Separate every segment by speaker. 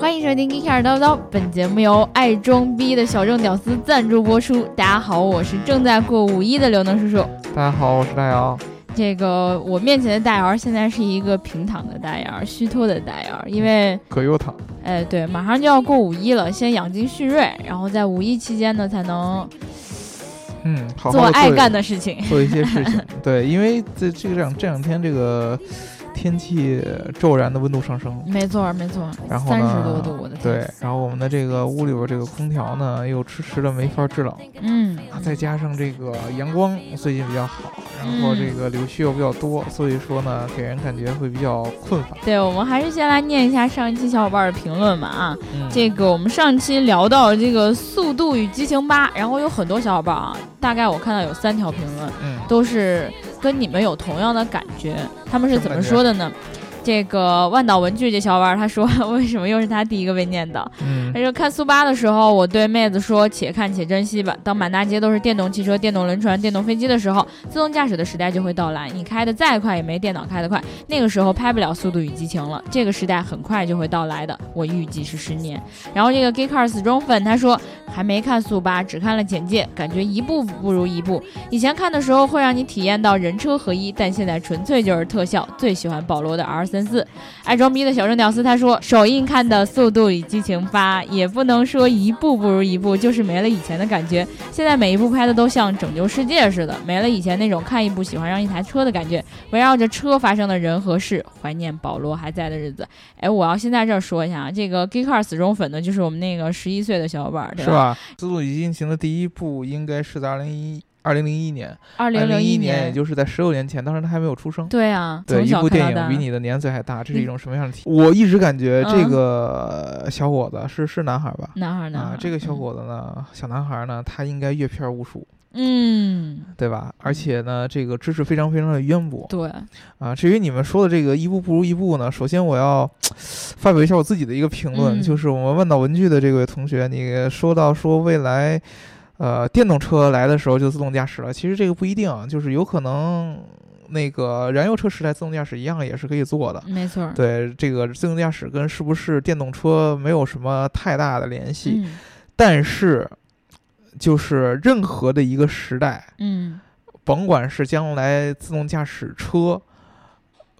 Speaker 1: 欢迎收听《一开始叨叨》，本节目由爱装逼的小郑屌丝赞助播出。大家好，我是正在过五一的刘能叔叔。
Speaker 2: 大家好，我是大姚。
Speaker 1: 这个我面前的大姚现在是一个平躺的大姚，虚脱的大姚，因为
Speaker 2: 葛优躺，
Speaker 1: 哎对，马上就要过五一了，先养精蓄锐，然后在五一期间呢才能
Speaker 2: 嗯，好
Speaker 1: 做
Speaker 2: 好地
Speaker 1: 爱干的事情。
Speaker 2: 做一些事 情。对，因为这这两这两天这个天气骤然的温度上升，
Speaker 1: 没错没错，
Speaker 2: 然后
Speaker 1: 三
Speaker 2: 呢
Speaker 1: 十多度，我的天！
Speaker 2: 对，，然后我们的这个屋里边这个空调呢又迟迟的没法制冷，
Speaker 1: 嗯，
Speaker 2: 啊再加上这个阳光最近比较好，然后这个柳絮又比较多，所以说呢给人感觉会比较困乏。
Speaker 1: 对，我们还是先来念一下上一期小伙伴的评论吧啊。
Speaker 2: 嗯，
Speaker 1: 这个我们上一期聊到这个《速度与激情八》，然后有很多小伙伴啊，大概我看到有三条评论
Speaker 2: 嗯
Speaker 1: 都是跟你们有同样的感觉，他们是怎
Speaker 2: 什么
Speaker 1: 么
Speaker 2: 感觉
Speaker 1: 说的呢？这个万岛文具这小伙伴他说， 为什么又是他第一个被念到？他
Speaker 2: 嗯
Speaker 1: 说看速八的时候，我对妹子说：“且看且珍惜吧。”当满大街都是电动汽车、电动轮船、电动飞机的时候，自动驾驶的时代就会到来。你开的再快，也没电脑开得快。那个时候拍不了《速度与激情》了，这个时代很快就会到来的。我预计是十年。然后这个 Gay Cars 中粉他说还没看速八，只看了简介，感觉一步不如一步。以前看的时候会让你体验到人车合一，但现在纯粹就是特效。最喜欢保罗的 R 三四。爱装逼的小郑屌丝他说，首映看的《速度与激情八》，也不能说一步不如一步，就是没了以前的感觉。现在每一部拍的都像拯救世界似的，没了以前那种看一部喜欢上一台车的感觉。围绕着车发生的人和事，怀念保罗还在的日子。哎，我要先在这儿说一下啊，这个 Gay Car 死忠粉呢，就是我们那个十一岁的小伙伴，对
Speaker 2: 是？吧？《速度与激情》的第一部应该是在二零一二零零一年，
Speaker 1: 二零
Speaker 2: 零
Speaker 1: 零一
Speaker 2: 年，也就是在十六年前，当时他还没有出生。
Speaker 1: 对啊，
Speaker 2: 对，
Speaker 1: 从
Speaker 2: 一
Speaker 1: 小
Speaker 2: 部
Speaker 1: 看
Speaker 2: 电
Speaker 1: 到
Speaker 2: 影
Speaker 1: 大
Speaker 2: 比。你的年岁还大，这是一种什么样的体？我一直感觉这
Speaker 1: 嗯
Speaker 2: 个小伙子是是男孩吧？
Speaker 1: 男孩儿，男孩
Speaker 2: 啊
Speaker 1: 儿，，
Speaker 2: 这个小伙子呢，小男孩呢，他应该阅片无数，
Speaker 1: 嗯，嗯，
Speaker 2: 对吧？而且呢，这个知识非常非常的渊博
Speaker 1: 对，
Speaker 2: 啊。至于你们说的这个一步不如一步呢，首先我要发表一下我自己的一个评论，
Speaker 1: 嗯
Speaker 2: 就是我们万岛文具的这位同学，你说到说未来。呃，电动车来的时候就自动驾驶了，其实这个不一定啊，就是有可能那个燃油车时代自动驾驶一样也是可以做的。
Speaker 1: 没错儿，
Speaker 2: 对，这个自动驾驶跟是不是电动车没有什么太大的联系，
Speaker 1: 嗯
Speaker 2: 但是就是任何的一个时代，
Speaker 1: 嗯
Speaker 2: 甭管是将来自动驾驶车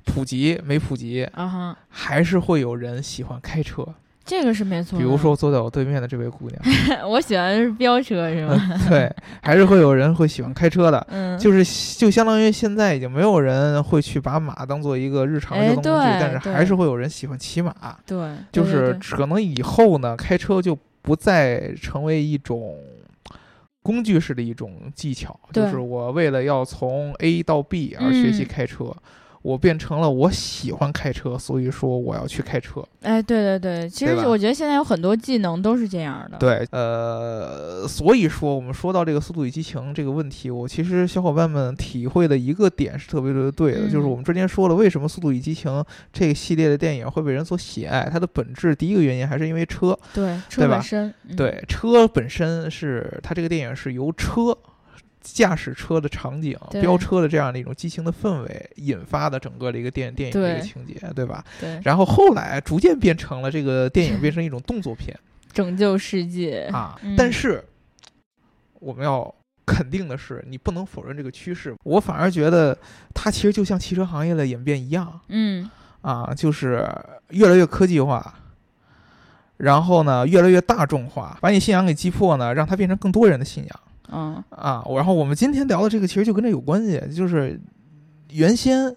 Speaker 2: 普及没普及，
Speaker 1: 啊哈，
Speaker 2: 还是会有人喜欢开车。
Speaker 1: 这个是没错
Speaker 2: 比
Speaker 1: 的。
Speaker 2: 如说坐在我对面的这位姑娘，
Speaker 1: 我喜欢的是飙车是 吗？
Speaker 2: 对，还是会有人会喜欢开车的。
Speaker 1: 嗯，
Speaker 2: 就是就相当于现在已经没有人会去把马当做一个日常的
Speaker 1: 哎
Speaker 2: 交通工具，
Speaker 1: 对
Speaker 2: 但是还
Speaker 1: 对
Speaker 2: 是会有人喜欢骑马。
Speaker 1: 对，对
Speaker 2: 就
Speaker 1: 对
Speaker 2: 是
Speaker 1: 对
Speaker 2: 可能以后呢，开车就不再成为一种工具式的一种技巧，就
Speaker 1: 对
Speaker 2: 是我为了要从 A 到 B 而学习
Speaker 1: 嗯
Speaker 2: 开车。我变成了我喜欢开车，所以说我要去开车。
Speaker 1: 哎，对对对，其实
Speaker 2: 对吧
Speaker 1: 我觉得现在有很多技能都是这样的。
Speaker 2: 对，呃，所以说我们说到这个《速度与激情》这个问题，我其实小伙伴们体会的一个点是特别的对的，就是
Speaker 1: 嗯
Speaker 2: 我们之前说了，为什么《速度与激情》这个系列的电影会被人所喜爱，它的本质第一个原因还是因为车。
Speaker 1: 对，车
Speaker 2: 对吧
Speaker 1: 本身，嗯，
Speaker 2: 对，车本身是它这个电影是由车驾驶车的场景、
Speaker 1: 对
Speaker 2: 飙车的这样的一种激情的氛围引发的整个的一个电电影的一个
Speaker 1: 对
Speaker 2: 情节，对吧？
Speaker 1: 对，
Speaker 2: 然后后来逐渐变成了这个电影变成一种动 作片
Speaker 1: 拯救世界。
Speaker 2: 啊，
Speaker 1: 嗯
Speaker 2: 但是我们要。肯定的是，你不能否认这个趋势。我反而觉得它其实就像汽车行业的演变一样
Speaker 1: 嗯，
Speaker 2: 啊，就是越来越科技化，然后呢越来越大众化，把你信仰给击破呢，让它变成更多人的信仰。
Speaker 1: 嗯，
Speaker 2: 啊，我然后我们今天聊的这个其实就跟这有关系，就是原先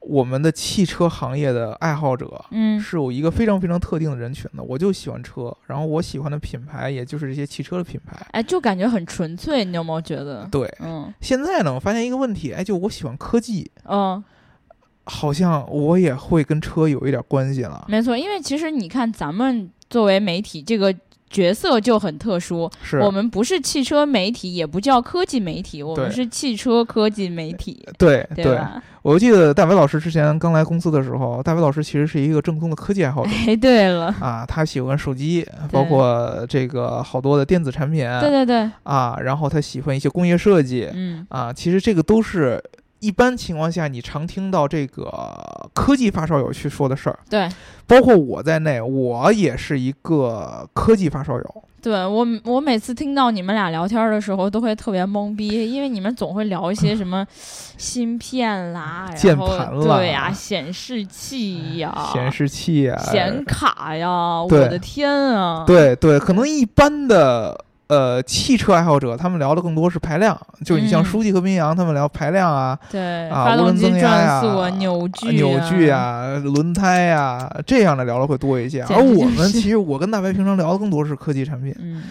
Speaker 2: 我们的汽车行业的爱好者
Speaker 1: 嗯，
Speaker 2: 是有一个非常非常特定的人群的，我就喜欢车，然后我喜欢的品牌也就是这些汽车的品牌。
Speaker 1: 哎，就感觉很纯粹，你有没有觉得？
Speaker 2: 对，
Speaker 1: 嗯
Speaker 2: 现在呢，我发现一个问题，哎，就我喜欢科技，
Speaker 1: 嗯，
Speaker 2: 好像我
Speaker 1: 嗯
Speaker 2: 也会跟车有一点关系了。
Speaker 1: 没错，因为其实你看咱们作为媒体这个。角色就很特殊，
Speaker 2: 是
Speaker 1: 我们不是汽车媒体，也不叫科技媒体，我们
Speaker 2: 对
Speaker 1: 是汽车科技媒体，
Speaker 2: 对
Speaker 1: 对
Speaker 2: 对，
Speaker 1: 吧？
Speaker 2: 我记得大伟老师之前刚来公司的时候，大伟老师其实是一个正宗的科技爱好者
Speaker 1: 哎，对了，
Speaker 2: 啊，他喜欢手机，包括这个好多的电子产品
Speaker 1: 对对对，
Speaker 2: 啊，然后他喜欢一些工业设计
Speaker 1: 嗯，
Speaker 2: 啊，其实这个都是。一般情况下，你常听到这个科技发烧友去说的事儿，
Speaker 1: 对
Speaker 2: 包括我在内，我也是一个科技发烧友。
Speaker 1: 对，我我每次听到你们俩聊天的时候，都会特别懵逼，因为你们总会聊一些什 么芯片啦，然
Speaker 2: 键
Speaker 1: 后
Speaker 2: 盘啦
Speaker 1: 对呀、显示器呀、
Speaker 2: 显示器啊，
Speaker 1: 显卡呀，我
Speaker 2: 对
Speaker 1: 的天啊！
Speaker 2: 对对，可能一般的呃汽车爱好者，他们聊的更多是排量，就是你像
Speaker 1: 嗯
Speaker 2: 书记和斌阳他们聊排量啊、
Speaker 1: 对
Speaker 2: 啊
Speaker 1: 发
Speaker 2: 涡
Speaker 1: 动
Speaker 2: 轮
Speaker 1: 机
Speaker 2: 增
Speaker 1: 转
Speaker 2: 压
Speaker 1: 速啊
Speaker 2: 呀
Speaker 1: 扭矩、
Speaker 2: 扭矩，啊、轮胎啊这样的聊的会多一些。啊
Speaker 1: 简
Speaker 2: 而
Speaker 1: 直就
Speaker 2: 我们
Speaker 1: 是
Speaker 2: 其实我跟大白平常聊的更多是科技产品，
Speaker 1: 嗯，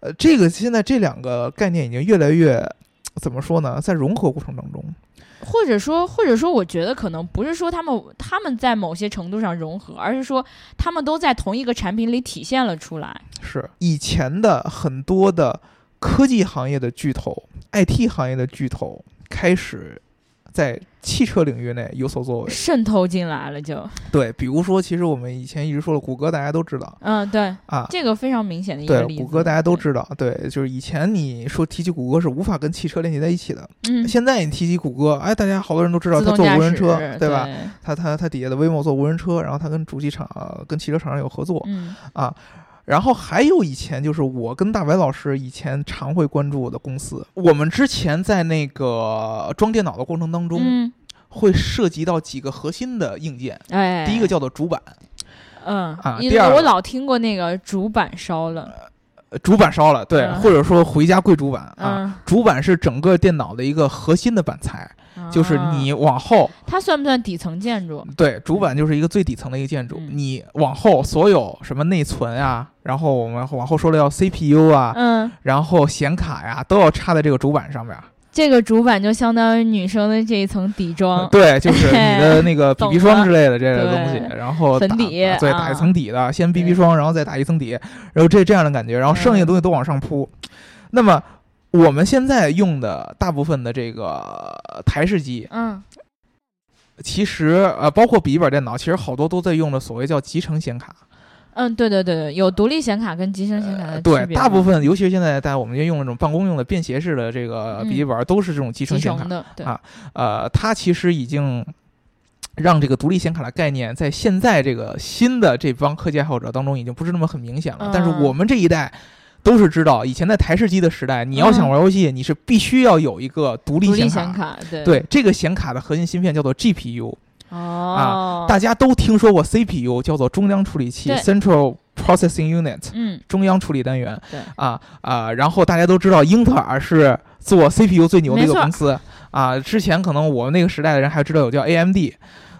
Speaker 2: 呃，这个现在这两个概念已经越来越。怎么说呢？在融合过程当中，
Speaker 1: 或者说，或者说，我觉得可能不是说他们他们在某些程度上融合，而是说他们都在同一个产品里体现了出来。
Speaker 2: 是以前的很多的科技行业的巨头、IT 行业的巨头开始在汽车领域内有所作为，
Speaker 1: 渗透进来了就，
Speaker 2: 对，比如说，其实我们以前一直说了，谷歌大家都知道
Speaker 1: 嗯，对，
Speaker 2: 啊，
Speaker 1: 这个非常明显的一个
Speaker 2: 对，
Speaker 1: 例子。
Speaker 2: 谷歌大家都
Speaker 1: 道，
Speaker 2: 知道，对，就是以前你说提起谷歌是无法跟汽车联系在一起的，
Speaker 1: 嗯，
Speaker 2: 现在你提起谷歌，哎，大家好多人都知道
Speaker 1: 自
Speaker 2: 它
Speaker 1: 动
Speaker 2: 做
Speaker 1: 驾
Speaker 2: 无
Speaker 1: 驶
Speaker 2: 人车，
Speaker 1: 对嗯
Speaker 2: 吧？？它它它底下的 Waymo 做无人车，然后它跟主机厂、跟汽车厂商有合作，
Speaker 1: 嗯，
Speaker 2: 然后还有以前就是我跟大白老师以前常会关注的公司，我们之前在那个装电脑的过程当中，
Speaker 1: 嗯，
Speaker 2: 会涉及到几个核心的硬件，
Speaker 1: 哎，
Speaker 2: 第一个，叫做主板，
Speaker 1: 嗯，
Speaker 2: 啊
Speaker 1: 因
Speaker 2: 第
Speaker 1: 为
Speaker 2: 二
Speaker 1: 我
Speaker 2: 个
Speaker 1: 老听过那个主板烧了，
Speaker 2: 呃主板烧了，对，
Speaker 1: 嗯
Speaker 2: 或者说回家跪主板啊。
Speaker 1: 嗯，
Speaker 2: 主板是整个电脑的一个核心的板材，就是
Speaker 1: 啊
Speaker 2: 你往后
Speaker 1: 它算不算底层建筑？
Speaker 2: 对主板就是一个最底层的一个建筑，
Speaker 1: 嗯
Speaker 2: 你往后所有什么内存啊，然后我们往后说了要 CPU 啊，
Speaker 1: 嗯，
Speaker 2: 然后显卡呀、都要插在这个主板上面。
Speaker 1: 这个主板就相当于女生的这一层底妆，
Speaker 2: 对，就是你的那 个 BB 霜之类的这类的东西
Speaker 1: 懂，了
Speaker 2: 然后
Speaker 1: 粉
Speaker 2: 打
Speaker 1: 底
Speaker 2: 对，
Speaker 1: 啊
Speaker 2: 打一层底的，先 BB
Speaker 1: 对嗯
Speaker 2: 霜，然后再打一层底，然后这这样的感觉，然后剩下的东西都往上铺。那么我们现在用的大部分的这个台式机，
Speaker 1: 嗯，
Speaker 2: 其实呃，包括笔记本电脑，其实好多都在用的所谓叫集成显卡。
Speaker 1: 嗯，对对对对，有独立显卡跟集成显卡的
Speaker 2: 呃，
Speaker 1: 区别吗、
Speaker 2: 对，大部分尤其是现在大家我们用那种办公用的便携式的这个
Speaker 1: 嗯
Speaker 2: 笔记本，都是这种集成
Speaker 1: 集
Speaker 2: 显卡
Speaker 1: 成。的，对，
Speaker 2: 啊呃，它其实已经让这个独立显卡的概念在现在这个新的这帮科技爱好者当中已经不是那么很明显了。但是
Speaker 1: 嗯
Speaker 2: 我们这一代。都是知道，以前在台式机的时代，你要想
Speaker 1: 嗯
Speaker 2: 玩游戏，你是必须要有一个独立
Speaker 1: 独
Speaker 2: 显
Speaker 1: 立
Speaker 2: 卡。
Speaker 1: 显卡，对，
Speaker 2: 对，这个显卡的核心芯片叫做 GPU，
Speaker 1: 哦，
Speaker 2: 大家都听说过 CPU，叫做中央处理器
Speaker 1: 对
Speaker 2: （Central Processing Unit），
Speaker 1: 嗯，
Speaker 2: 中央处理单元
Speaker 1: 对，
Speaker 2: 啊啊，然后大家都知道英特尔是做 CPU 最牛的一
Speaker 1: 没
Speaker 2: 个
Speaker 1: 错
Speaker 2: 公司啊。之前可能我们那个时代的人还知道有叫 AMD，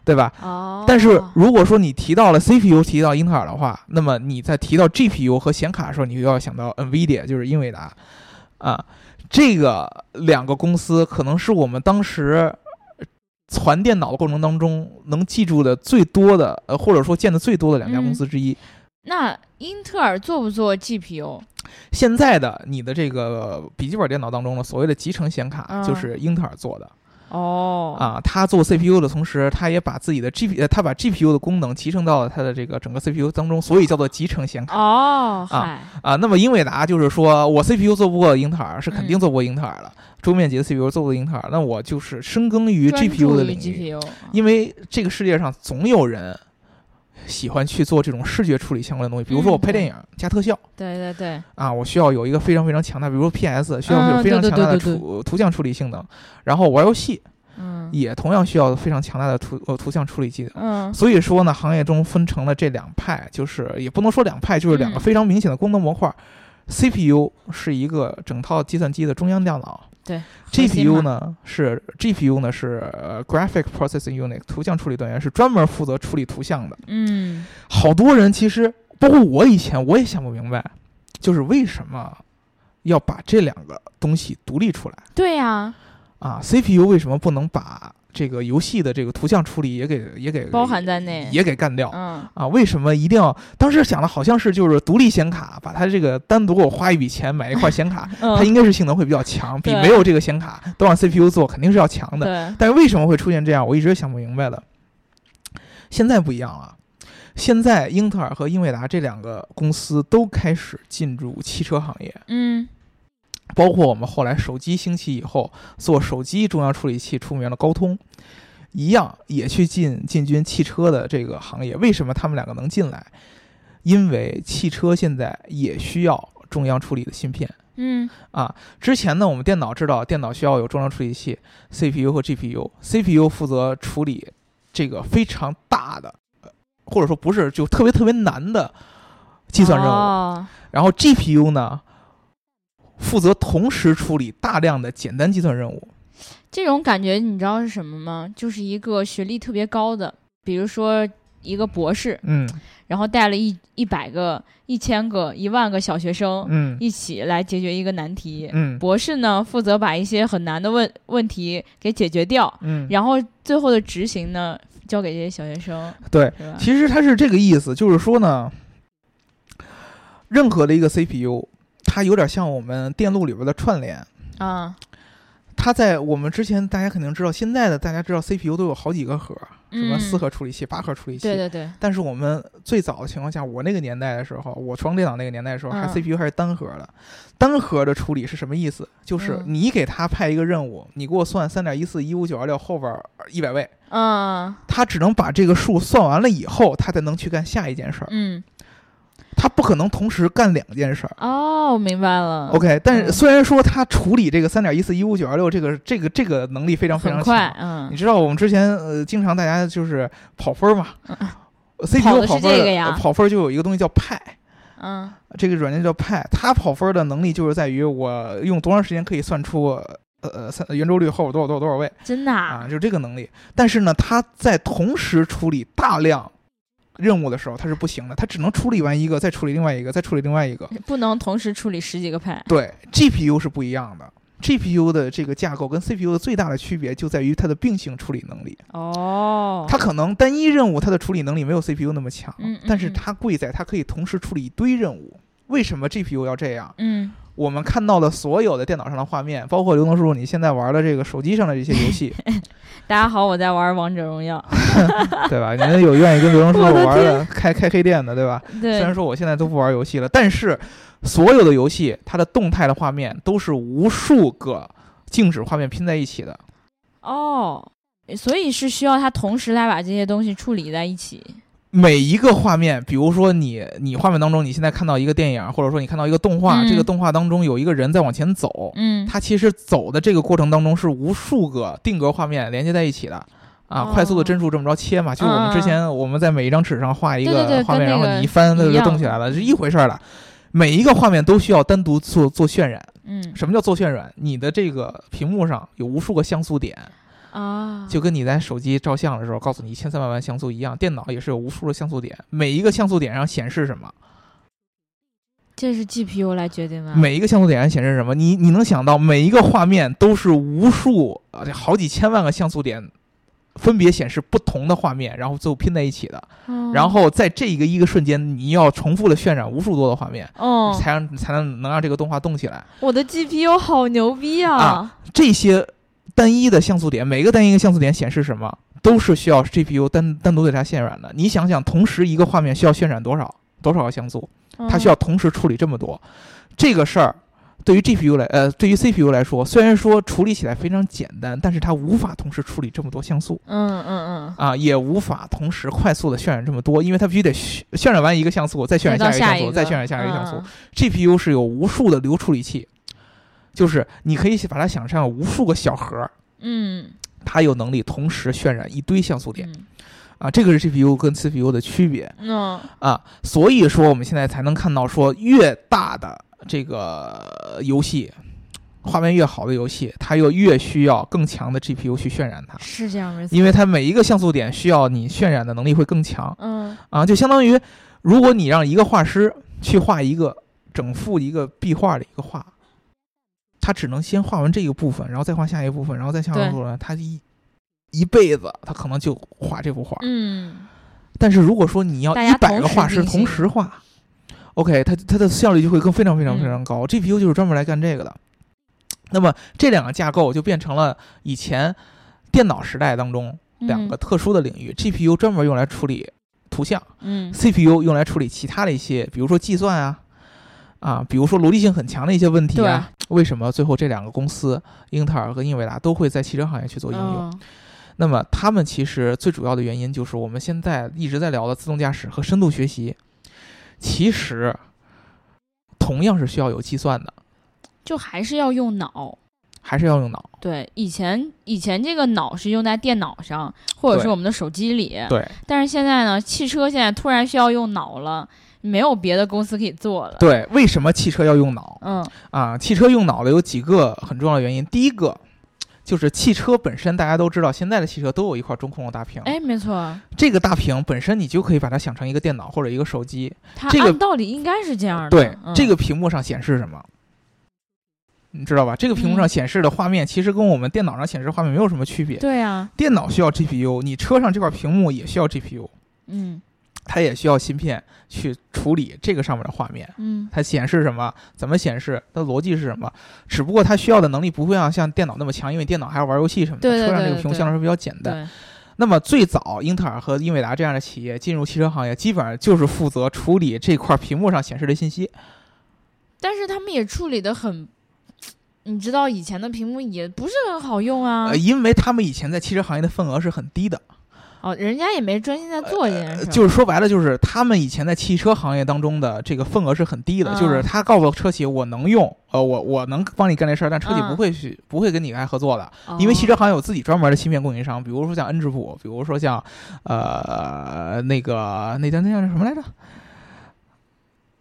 Speaker 2: 对吧？
Speaker 1: 哦，
Speaker 2: 但是如果说你提到了 CPU，提到英特尔的话，那么你在提到 GPU 和显卡的时候，你就要想到 NVIDIA，就是英伟达啊。这个两个公司可能是我们当时传电脑的过程当中能记住的最多的，呃，或者说见的最多的两家公
Speaker 1: 嗯
Speaker 2: 司之一。
Speaker 1: 那英特尔做不做
Speaker 2: 啊
Speaker 1: GPU？
Speaker 2: 现在的你的这个笔记本电脑当中的所谓的集成显卡，
Speaker 1: 嗯
Speaker 2: 就是英特尔做的
Speaker 1: 哦，，
Speaker 2: 啊。它做 CPU 的同时，它也把自己的 G P，呃它把 GPU 的功能集成到了它的这个整个 CPU 当中，所以叫做集成显卡
Speaker 1: 哦，嗨、
Speaker 2: 啊。那么英伟达就是说我 CPU 做不过英特尔，是
Speaker 1: 嗯
Speaker 2: 肯定做不过英特尔的，桌面级的 CPU 做不过英特尔，那我就是深耕于
Speaker 1: 专
Speaker 2: GPU
Speaker 1: 注
Speaker 2: 的
Speaker 1: 于
Speaker 2: 领域，
Speaker 1: GPU，
Speaker 2: 因为这个世界上总有人。喜欢去做这种视觉处理相关的东西，比如说我
Speaker 1: 嗯
Speaker 2: 拍
Speaker 1: 对
Speaker 2: 电影加特效，
Speaker 1: 对对对，
Speaker 2: 啊，我需要有一个非常非常强大，比如说 PS，需要
Speaker 1: 嗯
Speaker 2: 有非常
Speaker 1: 对对
Speaker 2: 强大的
Speaker 1: 对对
Speaker 2: 图图像处理性能。然后玩游戏
Speaker 1: 嗯
Speaker 2: 也同样需要非常强大的图呃图像处理技能。
Speaker 1: 嗯，
Speaker 2: 所以说呢，行业中分成了这两派，就是也不能说两派，就是两个
Speaker 1: 嗯
Speaker 2: 非常明显的功能模块。CPU 是一个整套计算机的中央电脑
Speaker 1: 对
Speaker 2: ，GPU
Speaker 1: 呢？
Speaker 2: 呢是 GPU 呢是呃 Graphic Processing Unit 图像处理单元，是专门负责处理图像的。
Speaker 1: 嗯，
Speaker 2: 好多人其实包括我以前我也想不明白，就是为什么要把这两个东西独立出来
Speaker 1: 对呀、
Speaker 2: 啊？CPU 为什么不能把这个游戏的这个图像处理也给也给
Speaker 1: 包含在内。
Speaker 2: 也给干掉。
Speaker 1: 嗯，
Speaker 2: 啊，为什么一定要？当时想的好像是就是独立显卡，把它这个单独给我花一笔钱买一块显卡，它
Speaker 1: 嗯，
Speaker 2: 应该是性能会比较强，比
Speaker 1: 对
Speaker 2: 没有这个显卡都让 CPU 做肯定是要强的。
Speaker 1: 对，
Speaker 2: 但是为什么会出现这样，我一直想不明白的。现在不一样了，现在英特尔和英伟达这两个公司都开始进入汽车行业，
Speaker 1: 嗯，
Speaker 2: 包括我们后来手机兴起以后，做手机中央处理器出名的高通，一样也去进进军汽车的这个行业。为什么他们两个能进来？因为汽车现在也需要中央处理的芯片
Speaker 1: 嗯，
Speaker 2: 啊。之前呢，我们电脑知道电脑需要有中央处理器 CPU 和 GPU，CPU 负责处理这个非常大的，呃或者说不是就特别特别难的计算任务。
Speaker 1: 哦
Speaker 2: 然后 GPU 呢，负责同时处理大量的简单计算任务。
Speaker 1: 这种感觉你知道是什么吗？就是一个学历特别高的，比如说一个博士，
Speaker 2: 嗯
Speaker 1: 然后带了一一百个、一千个、一万个小学生
Speaker 2: 嗯
Speaker 1: 一起来解决一个难题。
Speaker 2: 嗯
Speaker 1: 博士呢，负责把一些很难的问问题给解决掉，
Speaker 2: 嗯，
Speaker 1: 然后最后的执行呢，交给这些小学生，
Speaker 2: 对，
Speaker 1: 是吧？
Speaker 2: 其实它是这个意思，就是说呢，任何的一个 CPU，它有点像我们电路里边的串联。
Speaker 1: 啊，
Speaker 2: 它在我们之前，大家肯定知道，现在的大家知道 CPU 都有好几个核，什么
Speaker 1: 嗯
Speaker 2: 四核处理器、八核处理器。
Speaker 1: 对对对，
Speaker 2: 但是我们最早的情况下，我那个年代的时候，我床电脑那个年代的时候，还
Speaker 1: 嗯
Speaker 2: CPU 还是单核的。单核的处理是什么意思？就是
Speaker 1: 嗯
Speaker 2: 你给他派一个任务，你给我算三点一四一五九二六后边一百位，
Speaker 1: 嗯
Speaker 2: 他只能把这个数算完了以后，他才能去干下一件事儿，
Speaker 1: 嗯，
Speaker 2: 他不可能同时干两件事儿。
Speaker 1: 哦，我明白了
Speaker 2: OK，但是
Speaker 1: 嗯
Speaker 2: 虽然说他处理这个三点一四一五九二六这个这个这个能力非常非
Speaker 1: 很
Speaker 2: 常
Speaker 1: 快
Speaker 2: 强，，
Speaker 1: 嗯
Speaker 2: 你，知道我们之前呃经常大家就是跑分儿嘛呃
Speaker 1: 嗯跑的
Speaker 2: ，CPU
Speaker 1: 是
Speaker 2: 跑分
Speaker 1: 这个
Speaker 2: 儿
Speaker 1: 呀
Speaker 2: 呃跑分儿就有一个东西叫派。
Speaker 1: 嗯
Speaker 2: 这个软件叫派，它跑分儿的能力就是在于我用多长时间可以算出呃呃三圆周率后边多少多少多少位
Speaker 1: 真的
Speaker 2: 啊，
Speaker 1: 啊，
Speaker 2: 就这个能力。但是呢，它在同时处理大量任务的时候，它是不行的，它只能处理完一个，再处理另外一个，再处理另外一个。
Speaker 1: 不能同时处理十几个派，
Speaker 2: 对，GPU 是不一样的。GPU 的这个架构跟 CPU 的最大的区别就在于它的并行处理能力，
Speaker 1: 哦，
Speaker 2: 它可能单一任务它的处理能力没有 CPU 那么强
Speaker 1: 嗯嗯，
Speaker 2: 但是
Speaker 1: 嗯
Speaker 2: 它贵在它可以同时处理一堆任务。为什么 GPU 要这样？
Speaker 1: 嗯
Speaker 2: 我们看到的所有的电脑上的画面，包括刘能叔叔你现在玩的这个手机上的这些 游戏，，
Speaker 1: 大家好，我在玩王者荣 耀，
Speaker 2: 对吧？你们有愿意跟刘能叔
Speaker 1: 我
Speaker 2: 叔
Speaker 1: 的
Speaker 2: 玩
Speaker 1: 天
Speaker 2: 的开开黑店的，对吧？虽
Speaker 1: 对
Speaker 2: 然，说我现在都不玩游戏了，但是所有的游戏它的动态的画面都是无数个静止画面拼在一起的。
Speaker 1: 哦，所以是需要他同时来把这些东西处理在一起，
Speaker 2: 每一个画面，比如说你你画面当中，你现在看到一个电影，或者说你看到一个动画，
Speaker 1: 嗯
Speaker 2: 这个动画当中有一个人在往前走，
Speaker 1: 嗯，
Speaker 2: 它其实走的这个过程当中是无数个定格画面连接在一起的。啊
Speaker 1: 哦，
Speaker 2: 快速的帧数这么着切嘛，就是我们之前我们在每一张纸上画一
Speaker 1: 对对
Speaker 2: 个
Speaker 1: 对
Speaker 2: 画面，
Speaker 1: 跟那
Speaker 2: 然
Speaker 1: 个
Speaker 2: 后你一翻它
Speaker 1: 一
Speaker 2: 就
Speaker 1: 样
Speaker 2: 动起来了，是一回事儿了。每一个画面都需要单独做做渲染。
Speaker 1: 嗯
Speaker 2: 什么叫做渲染？你的这个屏幕上有无数个像素点，
Speaker 1: 啊，
Speaker 2: 就跟你在手机照相的时候告诉你一千三百万像素一样，电脑也是有无数的像素点，每一个像素点上显示什么？
Speaker 1: 这是 GPU 来决定的，
Speaker 2: 每一个像素点上显示什么？你你能想到每一个画面都是无数啊，这好几千万个像素点分别显示不同的画面，然后最后拼在一起的。
Speaker 1: 哦
Speaker 2: 然后在这一个一个瞬间，你要重复的渲染无数多的画面，
Speaker 1: 哦，
Speaker 2: 才让才能能让这个动画动起来。
Speaker 1: 我的 GPU 好牛逼啊！
Speaker 2: 啊这些单一的像素点，每个单一的像素点显示什么，都是需要 GPU 单单独对它渲染的。你想想，同时一个画面需要渲染多少多少个像素？
Speaker 1: 嗯
Speaker 2: 它需要同时处理这么多，这个事儿对于 GPU 来，呃，对于 CPU 来说，虽然说处理起来非常简单，但是它无法同时处理这么多像素
Speaker 1: 嗯，嗯嗯
Speaker 2: 啊，也无法同时快速的渲染这么多，因为它必须得渲渲染完一个像素，再渲
Speaker 1: 嗯，
Speaker 2: 染
Speaker 1: 再到
Speaker 2: 下一个像
Speaker 1: 一
Speaker 2: 素，
Speaker 1: 个，
Speaker 2: 再渲染下一个像素。
Speaker 1: 嗯
Speaker 2: GPU 是有无数的流处理器，就是你可以把它想象无数个小核儿，
Speaker 1: 嗯，
Speaker 2: 它有能力同时渲染一堆像素点
Speaker 1: 嗯
Speaker 2: 啊，这个是 GPU 跟 CPU 的区别。
Speaker 1: 嗯，
Speaker 2: 啊，所以说我们现在才能看到说，越大的这个游戏，画面越好的游戏，它又越需要更强的 GPU 去渲染它，
Speaker 1: 是这样没错，
Speaker 2: 因为它每一个像素点需要你渲染的能力会更强
Speaker 1: 嗯
Speaker 2: 啊，就相当于如果你让一个画师去画一个整幅一个壁画的一个画，他只能先画完这个部分，然后再画下一部分，然后再下一
Speaker 1: 对
Speaker 2: 部分，他一一辈子，他可能就画这幅画。
Speaker 1: 嗯，
Speaker 2: 但是如果说你要
Speaker 1: 大
Speaker 2: 一
Speaker 1: 家
Speaker 2: 百
Speaker 1: 同
Speaker 2: 个
Speaker 1: 时
Speaker 2: 画师
Speaker 1: 进
Speaker 2: 同
Speaker 1: 行
Speaker 2: 时画，OK，它它的效率就会更非常非常非
Speaker 1: 嗯
Speaker 2: 常高。GPU 就是专门来干这个的。那么这两个架构就变成了以前电脑时代当中
Speaker 1: 嗯
Speaker 2: 两个特殊的领域、g p u 专门用来处理图像
Speaker 1: 嗯，
Speaker 2: ，CPU 用来处理其他的一些，比如说计算啊。啊，比如说逻辑性很强的一些问题
Speaker 1: 嗯
Speaker 2: 啊，为什么最后这两个公司，英特尔和英伟达都会在汽车行业去做
Speaker 1: 嗯，
Speaker 2: 应用？那么他们其实最主要的原因就是我们现在一直在聊的自动驾驶和深度学习，其实同样是需要有计算的，
Speaker 1: 就还是要用脑。
Speaker 2: 还是要用脑。
Speaker 1: 对，以前以前这个脑是用在电脑上，或者是
Speaker 2: 对
Speaker 1: 我们的手机里，
Speaker 2: 对
Speaker 1: 但是现在呢，汽车现在突然需要用脑了，没有别的公司可以做了。，
Speaker 2: 对，为什么汽车要用脑
Speaker 1: 嗯
Speaker 2: 啊？汽车用脑的有几个很重要的原因，第一个。就是汽车本身，大家都知道，现在的汽车都有一块中控的大屏。
Speaker 1: 哎，没错，
Speaker 2: 这个大屏本身，你就可以把它想成一个电脑或者一个手机。
Speaker 1: 它
Speaker 2: 这个
Speaker 1: 按道理应该是这样的。
Speaker 2: 对，
Speaker 1: 嗯、
Speaker 2: 这个屏幕上显示什么？你知道吧？这个屏幕上
Speaker 1: 嗯
Speaker 2: 显示的画面其实跟我们电脑上显示的画面没有什么区别。
Speaker 1: 对啊，
Speaker 2: 电脑需要 GPU，你车上这块屏幕也需要 GPU，
Speaker 1: 嗯
Speaker 2: 它也需要芯片去处理这个上面的画面。
Speaker 1: 嗯
Speaker 2: 它显示什么？怎么显示？它的逻辑是什么？只不过它需要的能力不会像像电脑那么强，因为电脑还要玩游戏什么的。
Speaker 1: 对对
Speaker 2: 车上
Speaker 1: 对
Speaker 2: 这个屏幕
Speaker 1: 对
Speaker 2: 相对来说比较简单。
Speaker 1: 对，
Speaker 2: 那么最早，英特尔和英伟达这样的企业进入汽车行业，基本上就是负责处理这块屏幕上显示的信息。
Speaker 1: 但是他们也处理的很，你知道以前的屏幕也不是很好用啊
Speaker 2: 呃，，因为他们以前在汽车行业的份额是很低的，
Speaker 1: 哦，人家也没专心在做这件事儿，
Speaker 2: 呃就是说白了，就是他们以前在汽车行业当中的这个份额是很低的，
Speaker 1: 嗯
Speaker 2: 就是他告诉车企我能用，呃，我我能帮你干这事儿，但车企
Speaker 1: 嗯
Speaker 2: 不会去、不会跟你来合作的，
Speaker 1: 哦
Speaker 2: 因为汽车行业有自己专门的芯片供应商，比如说像恩智浦，比如说像呃那个那家那叫什么来着？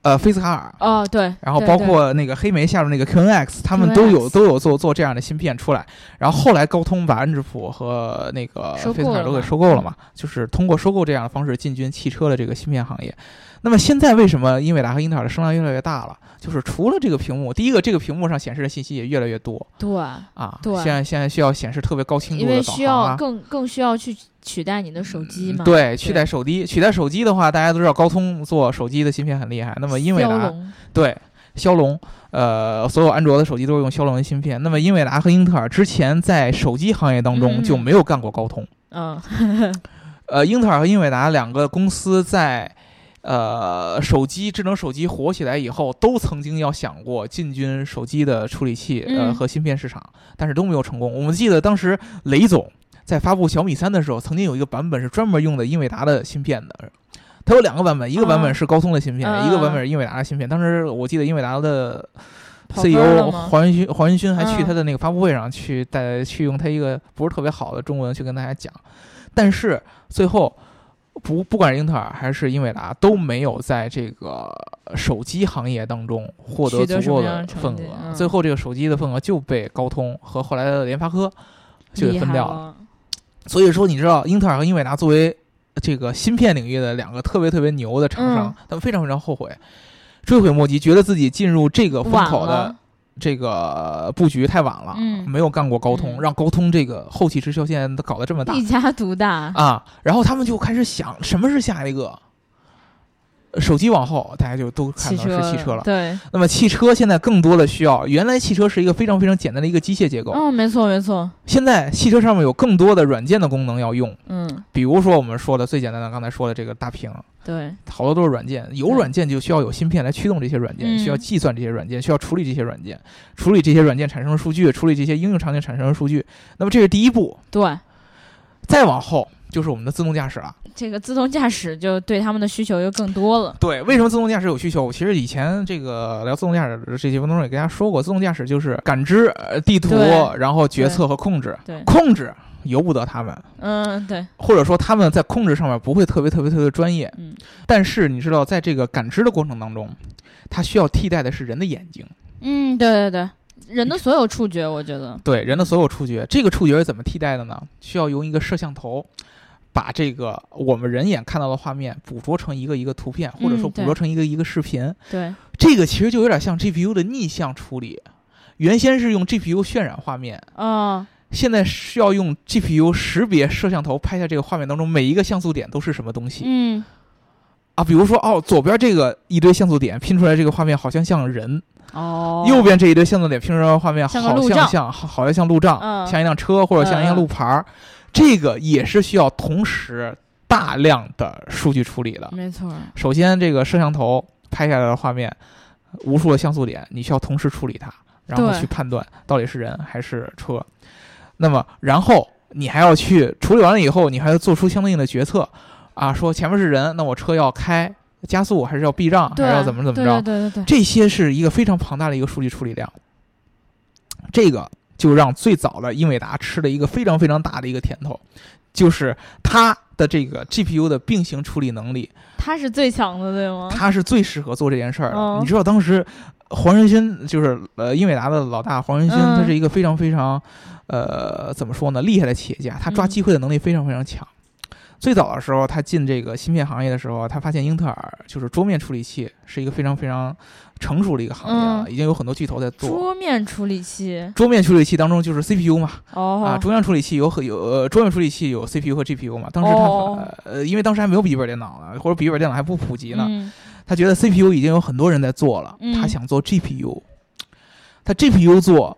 Speaker 2: 呃，菲斯卡尔。
Speaker 1: 哦，哦对，
Speaker 2: 然后
Speaker 1: 对
Speaker 2: 包
Speaker 1: 对
Speaker 2: 括那个黑莓下面那个 QNX，他们都有
Speaker 1: QNX
Speaker 2: 都有做做这样的芯片出来。然后后来高通把恩智浦和那个
Speaker 1: 收
Speaker 2: 菲斯卡尔
Speaker 1: 购了
Speaker 2: 都给
Speaker 1: 嘛
Speaker 2: 收购了嘛，就是通过收购这样的方式进军汽车的这个芯片行业。那么现在为什么英伟达和英特尔的声量越来越大了？就是除了这个屏幕，第一个这个屏幕上显示的信息也越来越多
Speaker 1: 对，
Speaker 2: 啊。
Speaker 1: 对
Speaker 2: 现在现在需要显示特别高清度
Speaker 1: 因
Speaker 2: 的
Speaker 1: 为
Speaker 2: 导
Speaker 1: 需
Speaker 2: 航
Speaker 1: 要
Speaker 2: 啊。
Speaker 1: 更更需要去取代你的手机嘛，
Speaker 2: 嗯，对，取代手机，取代手机的话，大家都知道高通做手机的芯片很厉害。那么英伟
Speaker 1: 骁
Speaker 2: 达，
Speaker 1: 龙
Speaker 2: 对，骁龙，呃，所有安卓的手机都是用骁龙的芯片。那么英伟达和英特尔之前在手机行业当中
Speaker 1: 嗯
Speaker 2: 就没有干过高通。
Speaker 1: 嗯
Speaker 2: 呃，英特尔和英伟达两个公司在呃手机智能手机火起来以后，都曾经要想过进军手机的处理器呃
Speaker 1: 嗯
Speaker 2: 和芯片市场，但是都没有成功。我们记得当时雷总在发布小米三的时候，曾经有一个版本是专门用的英伟达的芯片的。它有两个版本，一个版本
Speaker 1: 啊
Speaker 2: 是高通的芯片，一个版
Speaker 1: 啊
Speaker 2: 本是英伟达的芯片。当时我记得英伟达的
Speaker 1: 跑分儿
Speaker 2: CEO
Speaker 1: 了吗？
Speaker 2: 黄仁勋，黄仁勋还去
Speaker 1: 嗯
Speaker 2: 他的那个发布会上去带去用他一个不是特别好的中文去跟大家讲，但是最后不不管是英特尔还是英伟达都没有在这个手机行业当中获
Speaker 1: 取
Speaker 2: 得
Speaker 1: 得
Speaker 2: 足够
Speaker 1: 什么样
Speaker 2: 的
Speaker 1: 的成
Speaker 2: 份
Speaker 1: 绩
Speaker 2: 额，
Speaker 1: 嗯
Speaker 2: 最后这个手机的份额就被高通和后来的联发科就给
Speaker 1: 厉
Speaker 2: 分
Speaker 1: 害
Speaker 2: 掉了。
Speaker 1: 了，
Speaker 2: 所以说，你知道英特尔和英伟达作为这个芯片领域的两个特别特别牛的厂商，
Speaker 1: 嗯
Speaker 2: 他们非常非常后悔，追悔莫及，觉得自己进入这个风
Speaker 1: 晚
Speaker 2: 口的
Speaker 1: 了，
Speaker 2: 这个布局太晚了，
Speaker 1: 嗯
Speaker 2: 没有干过高通，
Speaker 1: 嗯
Speaker 2: 让高通这个后起之秀现在都搞得这么大
Speaker 1: 一家独大，
Speaker 2: 啊，然后他们就开始想什么是下一个。呃手机往后，大家就都看
Speaker 1: 汽
Speaker 2: 到是汽车了。
Speaker 1: 对，
Speaker 2: 那么汽车现在更多的需要，原来汽车是一个非常非常简单的一个机械结构，
Speaker 1: 嗯，没错没错，
Speaker 2: 现在汽车上面有更多的软件的功能要用，
Speaker 1: 嗯，
Speaker 2: 比如说我们说的最简单的，刚才说的这个大屏，
Speaker 1: 对，
Speaker 2: 好多都是软件，有
Speaker 1: 对
Speaker 2: 软件就需要有芯片来驱动这些软件，
Speaker 1: 嗯
Speaker 2: 需要计算这些软件，需要处理这些软件，处理这些软件产生的数据，处理这些应用场景产生的数据。那么这是第一步，
Speaker 1: 对，
Speaker 2: 再往后就是我们的自动驾驶了。
Speaker 1: 这个自动驾驶就对他们的需求又更多了。
Speaker 2: 对，为什么自动驾驶有需求？我其实以前这个聊自动驾驶的这些分钟也跟大家说过，自动驾驶就是感知、呃地图
Speaker 1: 对，
Speaker 2: 然后决策和控制，
Speaker 1: 对，
Speaker 2: 控制由不得他们。
Speaker 1: 嗯，对，
Speaker 2: 或者说他们在控制上面不会特别特别特别专业，
Speaker 1: 嗯，
Speaker 2: 但是你知道，在这个感知的过程当中，它需要替代的是人的眼睛，
Speaker 1: 嗯，对对对，人的所有触觉，我觉得，
Speaker 2: 对人的所有触觉。这个触觉是怎么替代的呢？需要用一个摄像头，把这个我们人眼看到的画面捕捉成一个一个图片，或者说
Speaker 1: 嗯
Speaker 2: 捕
Speaker 1: 对
Speaker 2: 捉成一个一个视频。
Speaker 1: 对，
Speaker 2: 这个其实就有点像 GPU 的逆向处理，原先是用 GPU 渲染画面，
Speaker 1: 嗯，
Speaker 2: 现在需要用 GPU 识别摄像头拍下这个画面当中每一个像素点都是什么东西
Speaker 1: 嗯
Speaker 2: 啊？比如说，哦，左边这个一堆像素点拼出来这个画面好像像人，
Speaker 1: 哦，
Speaker 2: 右边这一堆像素点拼出来的画面好
Speaker 1: 像个路障
Speaker 2: 像像好好像像路障，
Speaker 1: 嗯
Speaker 2: 像一辆车或者像
Speaker 1: 嗯
Speaker 2: 一
Speaker 1: 嗯
Speaker 2: 辆路牌儿，这个也是需要同时大量的数据处理的。
Speaker 1: 没错儿，
Speaker 2: 首先，这个摄像头拍下来的画面，无数的像素点，你需要同时处理它，然后
Speaker 1: 对
Speaker 2: 去判断到底是人还是车。那么，然后你还要去处理完了以后，你还要做出相对应的决策啊，说前面是人，那我车要开加速，还是要避让，还
Speaker 1: 对，啊
Speaker 2: 是要怎么怎么
Speaker 1: 对
Speaker 2: 着？
Speaker 1: 对对对对，
Speaker 2: 这些是一个非常庞大的一个数据处理量，这个就让最早的英伟达吃了一个非常非常大的一个甜头，就是它的这个 GPU 的并行处理能力
Speaker 1: 他是最强的，对吗？
Speaker 2: 他是最适合做这件事儿的。
Speaker 1: 嗯
Speaker 2: 你知道当时黄仁勋就是呃英伟达的老大黄仁勋，
Speaker 1: 嗯
Speaker 2: 他是一个非常非常呃怎么说呢厉害的企业家，他抓
Speaker 1: 嗯
Speaker 2: 机会的能力非常非常强。最早的时候，他进这个芯片行业的时候，他发现英特尔就是桌面处理器是一个非常非常成熟的一个行业了，已经有很多巨头在做。
Speaker 1: 嗯桌面处理器
Speaker 2: 桌面处理器当中就是 CPU 嘛，
Speaker 1: 哦，
Speaker 2: 啊，桌面处理器有很有呃，桌面处理器有 CPU 和 GPU 嘛。当时他、
Speaker 1: 哦
Speaker 2: 呃，因为当时还没有笔记本电脑呢，或者笔记本电脑还不普及呢，
Speaker 1: 嗯
Speaker 2: 他觉得 CPU 已经有很多人在做了，
Speaker 1: 嗯
Speaker 2: 他想做 GPU。他 GPU 做，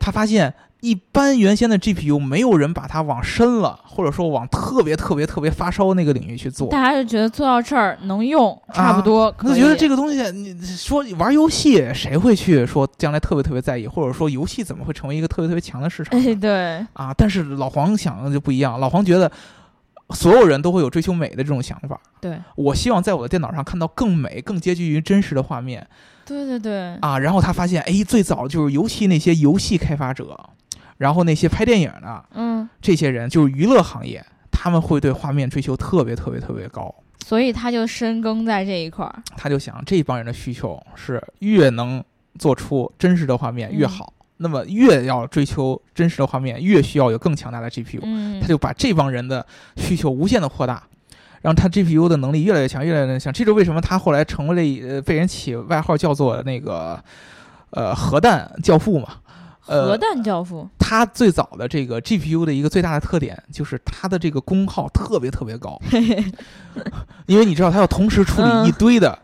Speaker 2: 他发现一般原先的 GPU 没有人把它往深了，或者说往特别特别特别发烧那个领域去做。
Speaker 1: 大家就觉得做到这儿能用，差不
Speaker 2: 啊
Speaker 1: 多
Speaker 2: 他
Speaker 1: 可以，
Speaker 2: 觉得这个东西，你说玩游戏谁会去说将来特别特别在意，或者说游戏怎么会成为一个特别特别强的市场呢？
Speaker 1: 哎 对，
Speaker 2: 啊，但是老黄想的就不一样，老黄觉得所有人都会有追求美的这种想法。
Speaker 1: 对
Speaker 2: 我希望在我的电脑上看到更美、更接近于真实的画面
Speaker 1: 对对对，
Speaker 2: 啊。然后他发现，哎，最早就是尤其那些游戏开发者，然后那些拍电影的
Speaker 1: 嗯，
Speaker 2: 这些人，就是娱乐行业，他们会对画面追求特别特别特别高。
Speaker 1: 所以他就深耕在这一块儿，
Speaker 2: 他就想，这帮人的需求是越能做出真实的画面越
Speaker 1: 嗯
Speaker 2: 好，那么越要追求真实的画面，越需要有更强大的 GPU。
Speaker 1: 嗯
Speaker 2: 他，就把这帮人的需求无限的扩大，让他 GPU 的能力越来越强，越来越强。这就是为什么他后来成为了一呃被人起外号叫做那个呃核弹教父嘛。呃
Speaker 1: 核弹教父，
Speaker 2: 他最早的这个 GPU 的一个最大的特点就是它的这个功耗特别特别高，因为你知道它要同时处
Speaker 1: 嗯
Speaker 2: 理一堆的。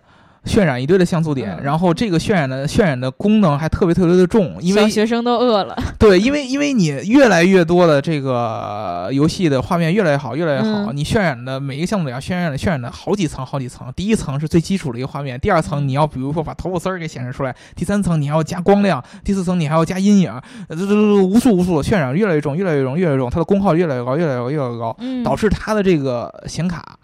Speaker 2: 渲染一堆的像素点，
Speaker 1: 嗯
Speaker 2: 然后这个渲染的渲染的功能还特别特别的重， 因为
Speaker 1: 小学生都饿了，
Speaker 2: 对，因为因为你越来越多的这个游戏的画面越来越好，越来越好，
Speaker 1: 嗯
Speaker 2: 你渲染的每一个项目里要啊渲染渲染的好几层好几层。第一层是最基础的一个画面，第二
Speaker 1: 嗯
Speaker 2: 层你要比如说把头发丝儿给显示出来，第三层你还要加光亮，第四层你还要加阴影，呃，这这这无数无数的渲染越来越重，越来越重，越来越重，它的功耗越来越高，越来越高，越来越高，
Speaker 1: 嗯，
Speaker 2: 导致它的这个显卡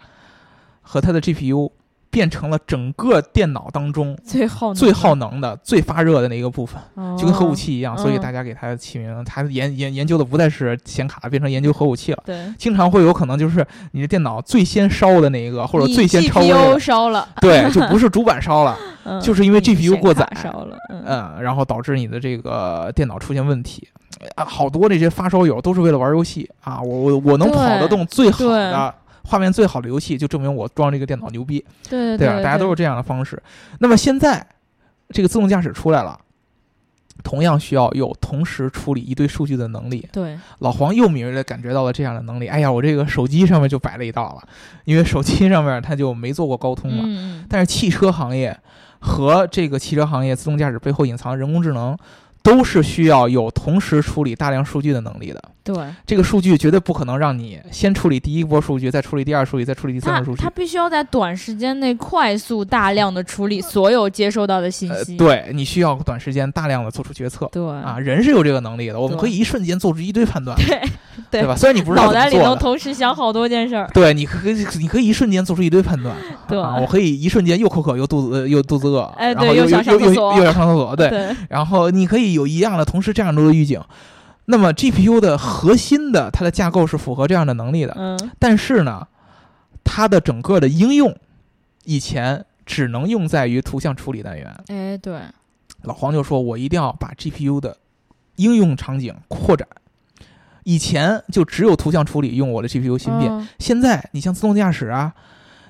Speaker 2: 和它的 GPU 变成了整个电脑当中
Speaker 1: 最耗能
Speaker 2: 最耗能的、最发热的那一个部分。
Speaker 1: 哦
Speaker 2: 就跟核武器一样，所以
Speaker 1: 嗯
Speaker 2: 大家给它起名，它研研研究的不再是显卡，变成研究核武器了。
Speaker 1: 对，
Speaker 2: 经常会有可能就是你的电脑最先烧的那一个，或者
Speaker 1: 你
Speaker 2: 最先超过的
Speaker 1: GPU 烧 了，
Speaker 2: 对，就不是主板 烧了，
Speaker 1: 嗯
Speaker 2: 就是因为
Speaker 1: 你
Speaker 2: GPU
Speaker 1: 显
Speaker 2: 过
Speaker 1: 卡
Speaker 2: 载
Speaker 1: 烧了，嗯，
Speaker 2: 嗯，然后导致你的这个电脑出现问题。啊，好多这些发烧友都是为了玩游戏啊，我我我能跑得动最好的画面最好的游戏，就证明我装这个电脑牛逼，
Speaker 1: 对
Speaker 2: 对吧？啊大家都是这样的方式。那么现在这个自动驾驶出来了，同样需要有同时处理一堆数据的能力。
Speaker 1: 对，
Speaker 2: 老黄又敏锐地感觉到了这样的能力。哎呀，我这个手机上面就摆了一道了，因为手机上面它就没做过高通嘛。
Speaker 1: 嗯嗯，
Speaker 2: 但是汽车行业和这个汽车行业自动驾驶背后隐藏的人工智能，都是需要有同时处理大量数据的能力的。
Speaker 1: 对，
Speaker 2: 这个数据绝对不可能让你先处理第一波数据，再处理第二数据，再处理第三
Speaker 1: 它
Speaker 2: 波数据
Speaker 1: 它。必须要在短时间内快速大量的处理所有接收到的信
Speaker 2: 呃
Speaker 1: 息，，
Speaker 2: 对你需要短时间大量的做出决策。
Speaker 1: 对
Speaker 2: 啊，，人是有这个能力的，我们
Speaker 1: 嗯对
Speaker 2: 可以一瞬间做出一堆判断，对
Speaker 1: 对
Speaker 2: 吧？虽然你不知道
Speaker 1: 脑
Speaker 2: 怎么
Speaker 1: 袋里
Speaker 2: 做
Speaker 1: 头
Speaker 2: 的，
Speaker 1: 同时想好多件事儿，
Speaker 2: 对，你可以你可以一瞬间做出一堆判断，
Speaker 1: 对
Speaker 2: 啊，我可以一瞬间又口渴又肚子又肚子饿，
Speaker 1: 哎
Speaker 2: 然后
Speaker 1: 对
Speaker 2: 又
Speaker 1: 又想上
Speaker 2: 又
Speaker 1: 厕所
Speaker 2: 又又想上厕所，对，
Speaker 1: 对，
Speaker 2: 然后你可以有一样的同时这样多的预警。那么 GPU 的核心的它的架构是符合这样的能力的，
Speaker 1: 嗯，
Speaker 2: 但是呢，它的整个的应用以前只能用在于图像处理单元，
Speaker 1: 哎，对，
Speaker 2: 老黄就说：“我一定要把 GPU 的应用场景扩展。以前就只有图像处理用我的 GPU 芯片，
Speaker 1: 嗯
Speaker 2: 现在你像自动驾驶啊，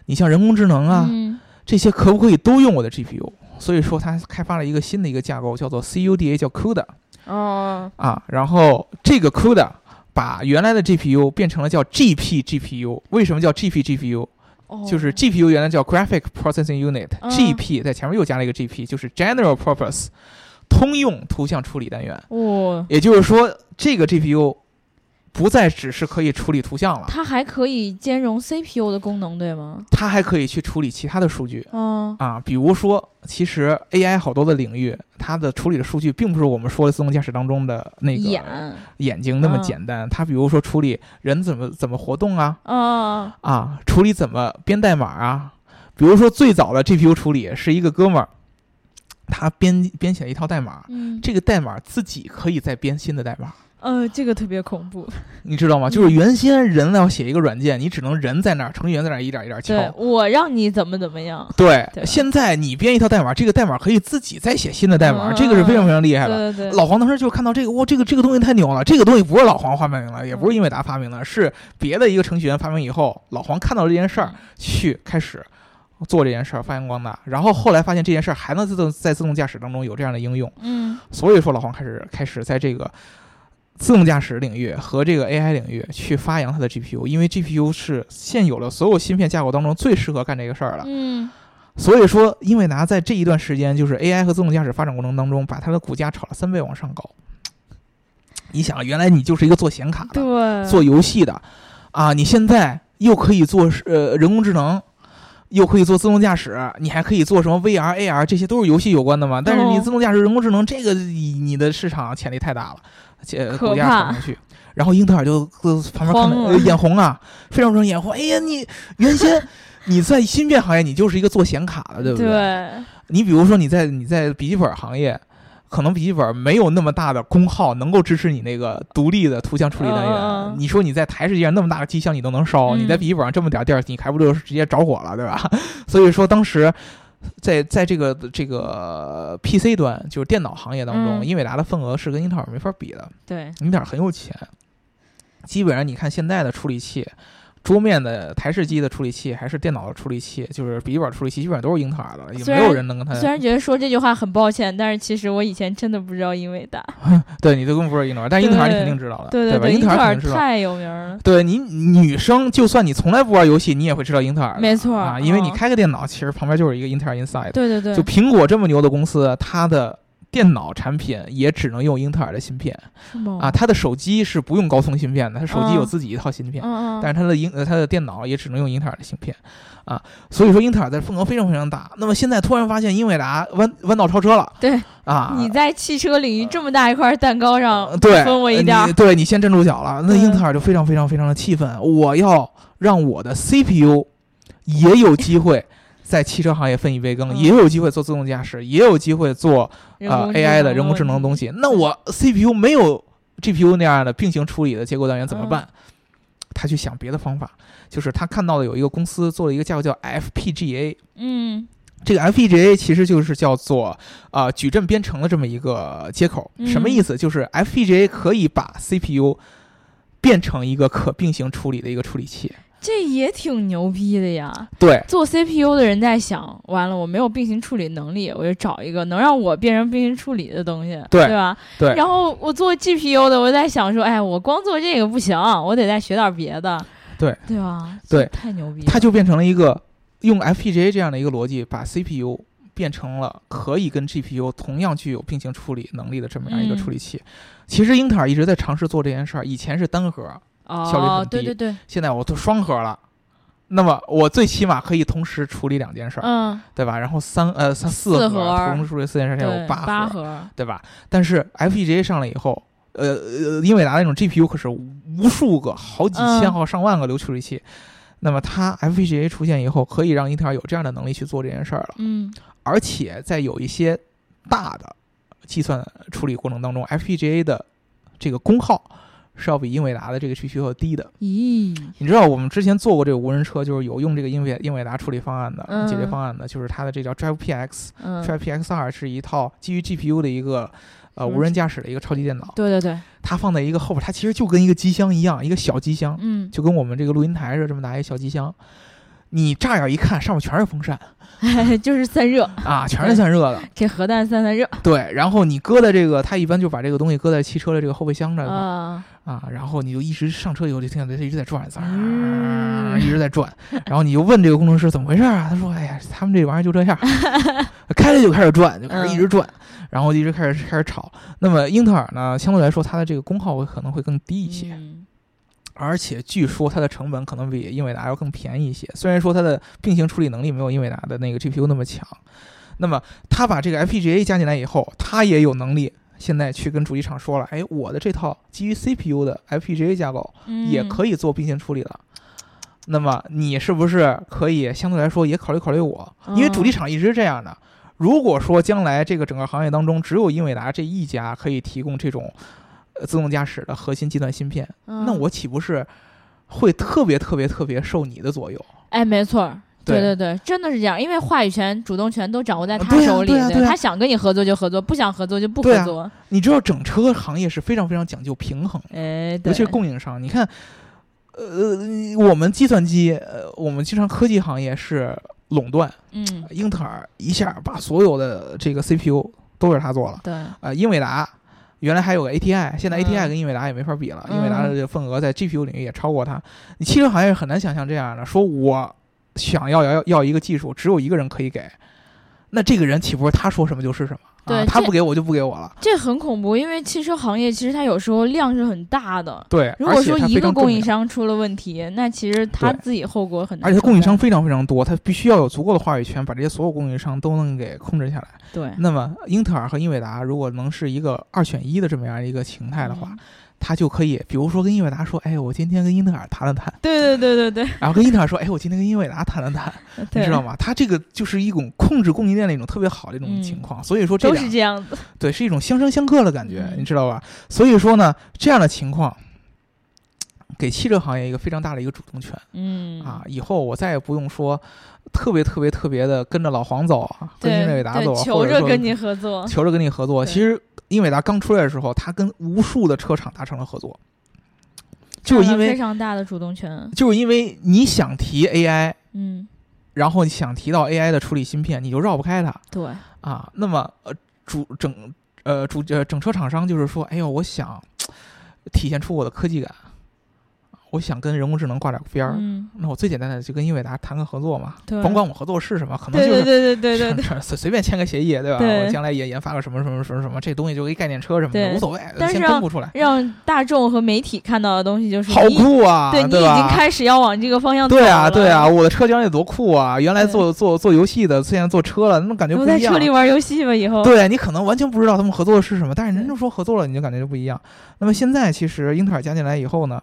Speaker 2: 你像人工智能啊，
Speaker 1: 嗯
Speaker 2: 这些可不可以都用我的 GPU？” 所以说，他开发了一个新的一个架构，叫做 CUDA，叫 CUDA。
Speaker 1: 哦，
Speaker 2: 啊，然后这个 CUDA 把原来的 GPU 变成了叫 GP GPU，为什么叫 GP GPU？
Speaker 1: 哦
Speaker 2: 就是 GPU 原来叫 Graphic Processing
Speaker 1: 嗯
Speaker 2: Unit，GP 在前面又加了一个 GP，就是 General Purpose 通用图像处理单元。
Speaker 1: 哦，
Speaker 2: 也就是说，这个 GPU 不再只是可以处理图像了，
Speaker 1: 它还可以兼容 CPU 的功能，对吗？
Speaker 2: 它还可以去处理其他的数据
Speaker 1: 嗯
Speaker 2: 啊，比如说，其实 AI 好多的领域，它的处理的数据并不是我们说的自动驾驶当中的那
Speaker 1: 眼
Speaker 2: 个眼睛那么
Speaker 1: 嗯
Speaker 2: 简单，它比如说处理人怎么怎么活动啊，
Speaker 1: 啊，
Speaker 2: 啊，处理怎么编代码啊？比如说最早的 GPU 处理是一个哥们儿，他编编写了一套代码，
Speaker 1: 嗯，
Speaker 2: 这个代码自己可以再编新的代码，
Speaker 1: 呃，这个特别恐怖。
Speaker 2: 你知道
Speaker 1: 嗯
Speaker 2: 吗？就是原先人要写一个软件，你只能人在那儿，程序员在那儿一点一点敲。
Speaker 1: 对我让你怎么怎么样？
Speaker 2: 对
Speaker 1: 对吧
Speaker 2: 现在你编一套代码，这个代码可以自己再写新的代码，
Speaker 1: 嗯
Speaker 2: 这个是非常非常厉害的。
Speaker 1: 对对对，
Speaker 2: 老黄当时就看到这个，哇，这个这个东西太牛了！这个东西不是老黄发明的，也不是英伟达发明的，是别的一个程序员发明以后，老黄看到这件事儿，去开始做这件事儿，发扬光大。然后后来发现这件事儿还能自动在自动驾驶当中有这样的应用，
Speaker 1: 嗯
Speaker 2: 所以说老黄开始开始在这个自动驾驶领域和这个 AI 领域去发扬它的 GPU，因为 GPU 是现有的所有芯片架构当中最适合干这个事儿了。
Speaker 1: 嗯，
Speaker 2: 所以说，英伟达在这一段时间就是 AI 和自动驾驶发展过程当中，把它的股价炒了三倍往上高。你想，原来你就是一个做显卡的，
Speaker 1: 对，
Speaker 2: 做游戏的啊，你现在又可以做呃人工智能，又可以做自动驾驶，你还可以做什么 VR、AR，这些都是游戏有关的嘛。但是你
Speaker 1: 哦
Speaker 2: 自动驾驶、人工智能这个，你你的市场潜力太大了，且
Speaker 1: 可
Speaker 2: 股价
Speaker 1: 怕
Speaker 2: 炒不上去。然后英特尔就呃旁边看
Speaker 1: 慌
Speaker 2: 着
Speaker 1: 了
Speaker 2: 呃眼红啊，非常非常眼红。哎呀，你原先你在芯片行业，你就是一个做显卡的，对不对？
Speaker 1: 对，
Speaker 2: 你比如说你在你在笔记本行业，可能笔记本没有那么大的功耗，能够支持你那个独立的图像处理单元。
Speaker 1: 嗯嗯嗯
Speaker 2: 你说你在台式机上那么大的机箱你都能烧，
Speaker 1: 嗯
Speaker 2: 你在笔记本上这么点儿地儿，你还不就是直接着火了，对吧？ 所以说当时。在在这个这个 PC 端，就是电脑行业当中，
Speaker 1: 嗯
Speaker 2: 英伟达的份额是跟英特尔没法比的。
Speaker 1: 对，
Speaker 2: 英特尔很有钱，基本上你看现在的处理器，桌面的台式机的处理器，还是电脑的处理器，就是笔记本处理器，基本上都是英特尔的，也
Speaker 1: 虽
Speaker 2: 没
Speaker 1: 然
Speaker 2: 有人能跟它。
Speaker 1: 虽然觉得说这句话很抱歉，但是其实我以前真的不知道英伟达。
Speaker 2: 对，你都更不是英特尔，但英特尔你肯定知道的，
Speaker 1: 对
Speaker 2: 啊吧？
Speaker 1: 对，英
Speaker 2: 特尔肯定知道。
Speaker 1: 太有名了。
Speaker 2: 对你女生，就算你从来不玩游戏，你也会知道英特尔的，
Speaker 1: 没错
Speaker 2: 啊，因为你
Speaker 1: 嗯
Speaker 2: 开个电脑，其实旁边就是一个英特尔 Inside。
Speaker 1: 对对对，
Speaker 2: 就苹果这么牛的公司，它的电脑产品也只能用英特尔的芯片
Speaker 1: 是吗？
Speaker 2: 啊，它的手机是不用高通芯片的，它手机有
Speaker 1: 嗯
Speaker 2: 自己一套芯片。
Speaker 1: 嗯嗯，
Speaker 2: 但是它的英呃它的电脑也只能用英特尔的芯片，啊，所以说英特尔在份额非常非常大。那么现在突然发现英伟达弯弯道超车了，
Speaker 1: 对
Speaker 2: 啊，
Speaker 1: 你在汽车领域这么大一块蛋糕上
Speaker 2: 呃对
Speaker 1: 分我一
Speaker 2: 呃
Speaker 1: 点儿
Speaker 2: 你对你先站住脚了。那
Speaker 1: 嗯
Speaker 2: 英特尔就非常非常非常的气愤，我要让我的 CPU 也有机会在汽车行业分一杯羹，
Speaker 1: 嗯
Speaker 2: 也有机会做自动驾驶，也有机会做
Speaker 1: 人
Speaker 2: 呃
Speaker 1: 工
Speaker 2: AI 的人工智能的东
Speaker 1: 西，
Speaker 2: 西。那我 CPU 没有 GPU 那样的并行处理的结构单元怎么
Speaker 1: 嗯
Speaker 2: 办？他去想别的方法，就是他看到了有一个公司做了一个架构叫 FPGA，
Speaker 1: 嗯
Speaker 2: 这个 FPGA 其实就是叫做呃矩阵编程的这么一个接口，
Speaker 1: 嗯
Speaker 2: 什么意思？就是 FPGA 可以把 CPU 变成一个可并行处理的一个处理器。
Speaker 1: 这也挺牛逼的呀。
Speaker 2: 对
Speaker 1: 做 CPU 的人在想，完了我没有并行处理能力，我就找一个能让我变成并行处理的东西，
Speaker 2: 对
Speaker 1: 吧？
Speaker 2: 对
Speaker 1: 然后我做 GPU 的，我在想说，哎，我光做这个不行，我得再学点别的，
Speaker 2: 对
Speaker 1: 对吧？
Speaker 2: 对
Speaker 1: 这太牛逼了，
Speaker 2: 它就变成了一个用 FPGA 这样的一个逻辑，把 CPU 变成了可以跟 GPU 同样具有并行处理能力的这么样一个
Speaker 1: 嗯
Speaker 2: 处理器。其实英特尔一直在尝试做这件事儿，以前是单核，效率
Speaker 1: 哦
Speaker 2: 很，低
Speaker 1: 对对对，
Speaker 2: 现在我都双核了。那么我最起码可以同时处理两件事儿，
Speaker 1: 嗯，
Speaker 2: 对吧？然后三呃三四
Speaker 1: 四
Speaker 2: 核
Speaker 1: 核
Speaker 2: 同时处理四件事情
Speaker 1: 对，
Speaker 2: 有八
Speaker 1: 八
Speaker 2: 核
Speaker 1: 核，
Speaker 2: 对吧？但是 FPGA 上来以后，呃呃，英伟达那种 GPU 可是无数个、好几千
Speaker 1: 嗯
Speaker 2: 号、上万个流处理器。那么它 FPGA 出现以后，可以让英特尔有这样的能力去做这件事儿了，
Speaker 1: 嗯
Speaker 2: 而且在有一些大的计算处理过程当中，FPGA 的这个功耗是要比英伟达的这个 GPU 要低的。
Speaker 1: 咦，
Speaker 2: 你知道我们之前做过这个无人车，就是有用这个英伟英伟达处理方案的、
Speaker 1: 嗯
Speaker 2: 解决方案的，就是它的这叫 Drive PX，
Speaker 1: 嗯，
Speaker 2: t r i p x 2是一套基于 GPU 的一个呃
Speaker 1: 是
Speaker 2: 无人驾驶的一个超级电脑，
Speaker 1: 对对对，
Speaker 2: 它放在一个后边，它其实就跟一个机箱一样，一个小机箱，
Speaker 1: 嗯
Speaker 2: 就跟我们这个录音台是这么大一个小机箱。你乍眼一看，上面全是风扇
Speaker 1: 就是散热，
Speaker 2: 啊，全是散热的。
Speaker 1: 给核弹散散热
Speaker 2: 对，然后你搁在这个，他一般就把这个东西搁在汽车的这个后备箱这儿嘛
Speaker 1: 啊，
Speaker 2: 啊，然后你就一直上车以后就听见它一直在转，滋
Speaker 1: 嗯
Speaker 2: 儿一直在转，然后你就问这个工程师怎么回事啊？他说：“哎呀，他们这玩意儿就这 样，开了就开始转，就开始
Speaker 1: 嗯
Speaker 2: 一直转，然后一直开始开始吵。那么英特尔呢，相对来说它的这个功耗会可能会更低一些，
Speaker 1: 嗯
Speaker 2: 而且据说它的成本可能比英伟达要更便宜一些。虽然说它的并行处理能力没有英伟达的那个 GPU 那么强，那么它把这个 FPGA 加进来以后，它也有能力现在去跟主机厂说了，哎，我的这套基于 CPU 的 FPGA 架构
Speaker 1: 嗯
Speaker 2: 也可以做并行处理了。那么你是不是可以相对来说也考虑考虑我？因为主机厂一直是这样的。如果说将来这个整个行业当中只有英伟达这一家可以提供这种呃自动驾驶的核心计算芯片，那
Speaker 1: 嗯
Speaker 2: 我岂不是会特别特别特别受你的左右？
Speaker 1: 哎，没错儿。对
Speaker 2: 对
Speaker 1: 对对，真的是这样，因为话语权、主动权都掌握在他
Speaker 2: 对呀
Speaker 1: 手里，
Speaker 2: 对啊呀对呀
Speaker 1: 他想跟你合作就合作，不想合作就不
Speaker 2: 对啊
Speaker 1: 合
Speaker 2: 呀
Speaker 1: 作。
Speaker 2: 你知道整车行业是非常非常讲究平衡的，
Speaker 1: 哎，
Speaker 2: 尤
Speaker 1: 对，
Speaker 2: 其是供应商。你看，呃，我们计算机，呃，我们经常科技行业是垄断，
Speaker 1: 嗯，
Speaker 2: 英特尔一下把所有的这个 CPU 都是他做了。
Speaker 1: 对，
Speaker 2: 呃，英伟达原来还有个 ATI，现在
Speaker 1: 嗯
Speaker 2: ATI 跟英伟达也没法比了，
Speaker 1: 嗯
Speaker 2: 英伟达的份额在 GPU 领域也超过它。你汽车行业很难想象这样的，说我想要要要一个技术，只有一个人可以给，那这个人岂不是他说什么就是什么？
Speaker 1: 对
Speaker 2: 啊，他
Speaker 1: 这
Speaker 2: 不给我就不给我了。
Speaker 1: 这很恐怖，因为汽车行业其实它有时候量是很大的，
Speaker 2: 对，
Speaker 1: 如果
Speaker 2: 而且
Speaker 1: 说
Speaker 2: 它
Speaker 1: 一
Speaker 2: 非
Speaker 1: 个
Speaker 2: 常
Speaker 1: 供
Speaker 2: 重
Speaker 1: 应
Speaker 2: 要，
Speaker 1: 商出了问题，那其实他
Speaker 2: 对
Speaker 1: 自己后果很难
Speaker 2: 而
Speaker 1: 承担。
Speaker 2: 且供应商非常非常多，他必须要有足够的话语权，把这些所有供应商都能给控制下来。
Speaker 1: 对
Speaker 2: 那么，英特尔和英伟达如果能是一个二选一的这么样一个形态的话，，
Speaker 1: 嗯
Speaker 2: 他就可以，比如说跟英伟达说，哎，我今天跟英特尔谈了谈，
Speaker 1: 对对对对
Speaker 2: 然后跟英特尔说，哎，我今天跟英伟达谈了谈，
Speaker 1: 对呃对，
Speaker 2: 你知道吗？它这个就是一种控制供应链的一种特别好的一种
Speaker 1: 嗯
Speaker 2: 情况，所以说这啊
Speaker 1: 都
Speaker 2: 两
Speaker 1: 是这样子。
Speaker 2: 对是一种相生相克的感觉，
Speaker 1: 嗯
Speaker 2: 你知道吧？所以说呢，这样的情况。给汽车行业一个非常大的一个主动权
Speaker 1: 嗯
Speaker 2: 啊！以后我再也不用说特别特别特别的跟着老黄走啊，跟
Speaker 1: 对
Speaker 2: 英伟达
Speaker 1: 对
Speaker 2: 走啊，
Speaker 1: 求
Speaker 2: 或者
Speaker 1: 着
Speaker 2: 说
Speaker 1: 跟你合作。
Speaker 2: 求着跟你合作。
Speaker 1: 对
Speaker 2: 其实英伟达刚出来的时候，他跟无数的车厂达成了合作，就
Speaker 1: 占
Speaker 2: 是
Speaker 1: 了
Speaker 2: 因为
Speaker 1: 非常大的主动权，
Speaker 2: 就是因为你想提 AI，
Speaker 1: 嗯，
Speaker 2: 然后你想提到 AI 的处理芯片，你就绕不开它
Speaker 1: 对，
Speaker 2: 啊。那么呃，主整呃主呃整车厂商就是说，哎呦，我想体现出我的科技感，我想跟人工智能挂点边儿。
Speaker 1: 嗯，
Speaker 2: 那我最简单的就跟英伟达谈个合作嘛，
Speaker 1: 对
Speaker 2: 甭管我合作是什么，可能
Speaker 1: 对
Speaker 2: 就是
Speaker 1: 对对对对 对对，
Speaker 2: 随随便签个协议，对吧？
Speaker 1: 对
Speaker 2: 我将来也研发个什么什么什么什么，这东西就一概念车什么的，
Speaker 1: 对
Speaker 2: 无所谓，
Speaker 1: 但是
Speaker 2: 先公布出来，
Speaker 1: 让大众和媒体看到的东西就是
Speaker 2: 好
Speaker 1: 你已
Speaker 2: 酷啊！
Speaker 1: 对
Speaker 2: 对
Speaker 1: 你已经
Speaker 2: 吧？
Speaker 1: 开始要往这个方向走
Speaker 2: 对啊，
Speaker 1: 了
Speaker 2: 对啊，，我的车将来有多酷啊！原来做做做游戏的，现在做车了，那种感觉
Speaker 1: 我
Speaker 2: 不
Speaker 1: 在
Speaker 2: 一样
Speaker 1: 车。里玩游戏吧，以后，
Speaker 2: 对你啊可能完全不知道他们合作的是什么，但是人
Speaker 1: 哦对
Speaker 2: 家说合作了，你就感觉就不一样。那么现在其实英特尔加进来以后呢，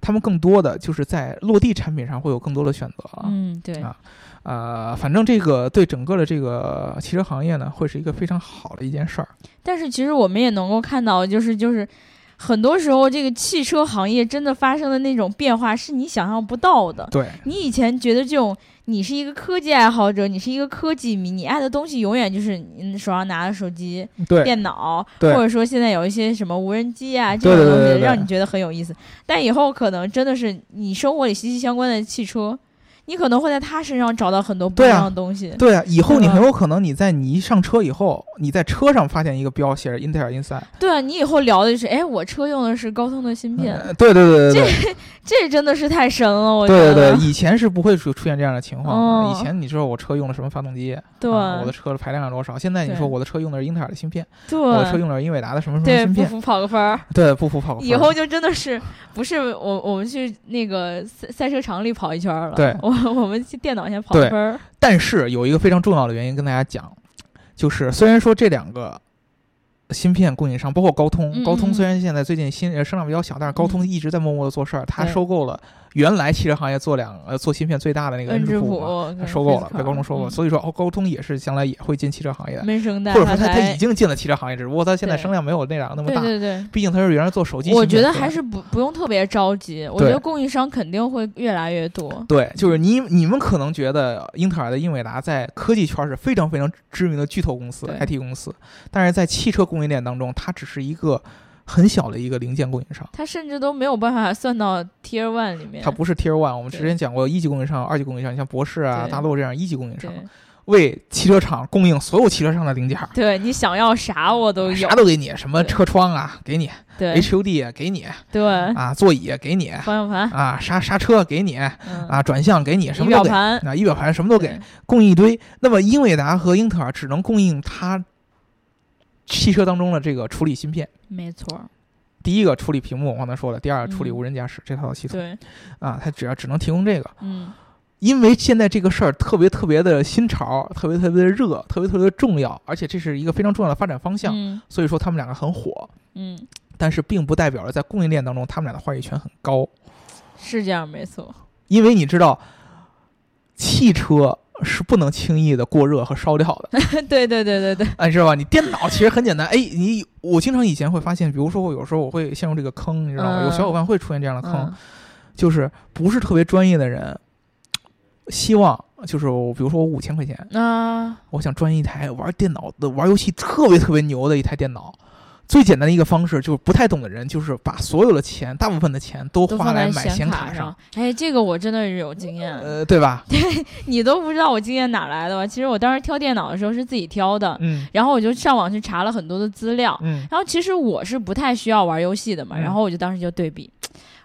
Speaker 2: 他们更多的就是在落地产品上会有更多的选择啊。
Speaker 1: 嗯，对，
Speaker 2: 啊呃，反正这个对整个的这个汽车行业呢，会是一个非常好的一件事儿。
Speaker 1: 但是其实我们也能够看到，就是就是。很多时候，这个汽车行业真的发生的那种变化是你想象不到的。
Speaker 2: 对，
Speaker 1: 你以前觉得这种，你是一个科技爱好者，你是一个科技迷，你爱的东西永远就是你手上拿的手机、
Speaker 2: 对，
Speaker 1: 电脑，
Speaker 2: 对
Speaker 1: 或者说现在有一些什么无人机啊这
Speaker 2: 对
Speaker 1: 种
Speaker 2: 对
Speaker 1: 东
Speaker 2: 对
Speaker 1: 西，
Speaker 2: 对对
Speaker 1: 让你觉得很有意思。但以后可能真的是你生活里息息相关的汽车，你可能会在它身上找到很多不一
Speaker 2: 对啊
Speaker 1: 样的东西。
Speaker 2: 对啊，以后你
Speaker 1: 对吧
Speaker 2: 很有可能你在你一上车以后，你在车上发现一个标写着英特尔 Inside，
Speaker 1: 对啊，你以后聊的就是，哎，我车用的是高通的芯片，
Speaker 2: 呃对对对对对
Speaker 1: 这真的是太神了，我觉
Speaker 2: 对对
Speaker 1: 得。
Speaker 2: 对，以前是不会出出现这样的情况的。
Speaker 1: 哦
Speaker 2: 以前你知道我车用的什么发动机，
Speaker 1: 对
Speaker 2: 啊我的车的排量有多少？现在你
Speaker 1: 对
Speaker 2: 说我的车用的是英特尔的芯片，
Speaker 1: 对
Speaker 2: 我的车用的是英伟达的什么什么
Speaker 1: 对，不
Speaker 2: 芯片，
Speaker 1: 服跑个分儿，
Speaker 2: 对，不服跑个分
Speaker 1: 以
Speaker 2: 儿
Speaker 1: 后就真的是不是我我们去那个赛赛车场里跑一圈儿了，
Speaker 2: 对
Speaker 1: 我我们去电脑先跑个
Speaker 2: 对
Speaker 1: 分儿，
Speaker 2: 但是有一个非常重要的原因跟大家讲，就是虽然说这两个芯片供应商，包括高通，
Speaker 1: 嗯
Speaker 2: 高通
Speaker 1: 嗯
Speaker 2: 虽然现在最近新呃声量比较小，但是高通一直在默默的做事儿，它
Speaker 1: 对
Speaker 2: 收购了原来汽车行业做两呃做芯片最大的那个
Speaker 1: 恩
Speaker 2: 智
Speaker 1: 智
Speaker 2: 浦嘛，
Speaker 1: 浦
Speaker 2: 它收购
Speaker 1: 嗯
Speaker 2: 了，被高通收购，
Speaker 1: 说
Speaker 2: 了，所以说哦，高通也是将来也会进汽车行业的，
Speaker 1: 闷声带，
Speaker 2: 或者说它它
Speaker 1: 才
Speaker 2: 已经进了汽车行业，只不过它现在
Speaker 1: 对
Speaker 2: 声量没有那两个那么
Speaker 1: 对
Speaker 2: 大，
Speaker 1: 对对。
Speaker 2: 毕竟它是原来做手机芯片
Speaker 1: 我
Speaker 2: 出来的，
Speaker 1: 觉得还是不不用特别着急，我觉
Speaker 2: 对
Speaker 1: 得供应商肯定会越来越多。
Speaker 2: 对，就是你你们可能觉得英特尔的英伟达在科技圈是非常非常知名的巨头公司
Speaker 1: 对
Speaker 2: IT 公司，但是在汽车供应链当中，它只是一个很小的一个零件供应商。
Speaker 1: 它甚至都没有办法算到 Tier One 里面。
Speaker 2: 它不是 Tier One，我们之
Speaker 1: 对
Speaker 2: 前讲过一级供应商、二级供应商，像博士啊、
Speaker 1: 对
Speaker 2: 大陆这样一级供应商，
Speaker 1: 对，
Speaker 2: 为汽车厂供应所有汽车上的零件儿，
Speaker 1: 对你想要啥我都有
Speaker 2: 啥。都给你，什么
Speaker 1: 对
Speaker 2: 车窗啊给你
Speaker 1: 对
Speaker 2: ，HUD 啊给你
Speaker 1: 对，
Speaker 2: 啊，座椅啊给你
Speaker 1: 方向盘，
Speaker 2: 啊，刹刹车给你
Speaker 1: 嗯，
Speaker 2: 啊，转向给你，什
Speaker 1: 仪
Speaker 2: 么都
Speaker 1: 表
Speaker 2: 给。
Speaker 1: 盘
Speaker 2: 啊，仪表盘什么都给
Speaker 1: 对，
Speaker 2: 供应一堆。那么英伟达和英特尔只能供应它汽车当中的这个处理芯片。
Speaker 1: 没错儿，
Speaker 2: 第一个处理屏幕，我刚才说了；第二个处理
Speaker 1: 嗯
Speaker 2: 无人驾驶这套系统
Speaker 1: 对，
Speaker 2: 啊，它只要只能提供这个。
Speaker 1: 嗯，
Speaker 2: 因为现在这个事儿特别特别的新潮，特别特别的热，特别特别的重要，而且这是一个非常重要的发展方向，
Speaker 1: 嗯
Speaker 2: 所以说他们两个很火。
Speaker 1: 嗯，
Speaker 2: 但是并不代表着在供应链当中他们俩的话语权很高，
Speaker 1: 是这样，没错，
Speaker 2: 因为你知道，汽车是不能轻易的过热和烧掉的，
Speaker 1: 对 对对对对，
Speaker 2: 哎，你知道吧？你电脑其实很简单，哎，你我经常以前会发现，比如说我有时候我会陷入这个坑，你知道吗？
Speaker 1: 嗯
Speaker 2: 有小伙伴会出现这样的坑，
Speaker 1: 嗯
Speaker 2: 就是不是特别专业的人，希望就是我比如说我五千块钱，
Speaker 1: 啊，
Speaker 2: 我想装一台玩电脑的、玩游戏特别特别牛的一台电脑。最简单的一个方式就是不太懂的人，就是把所有的钱，大部分的钱都
Speaker 1: 都
Speaker 2: 花
Speaker 1: 放
Speaker 2: 来
Speaker 1: 在
Speaker 2: 买显
Speaker 1: 卡
Speaker 2: 上，。
Speaker 1: 哎，这个我真的是有经验，
Speaker 2: 呃，对吧？
Speaker 1: 你都不知道我经验哪来的吧？其实我当时挑电脑的时候是自己挑的，
Speaker 2: 嗯
Speaker 1: 然后我就上网去查了很多的资料，
Speaker 2: 嗯，
Speaker 1: 然后其实我是不太需要玩游戏的嘛，
Speaker 2: 嗯
Speaker 1: 然后我就当时就对比。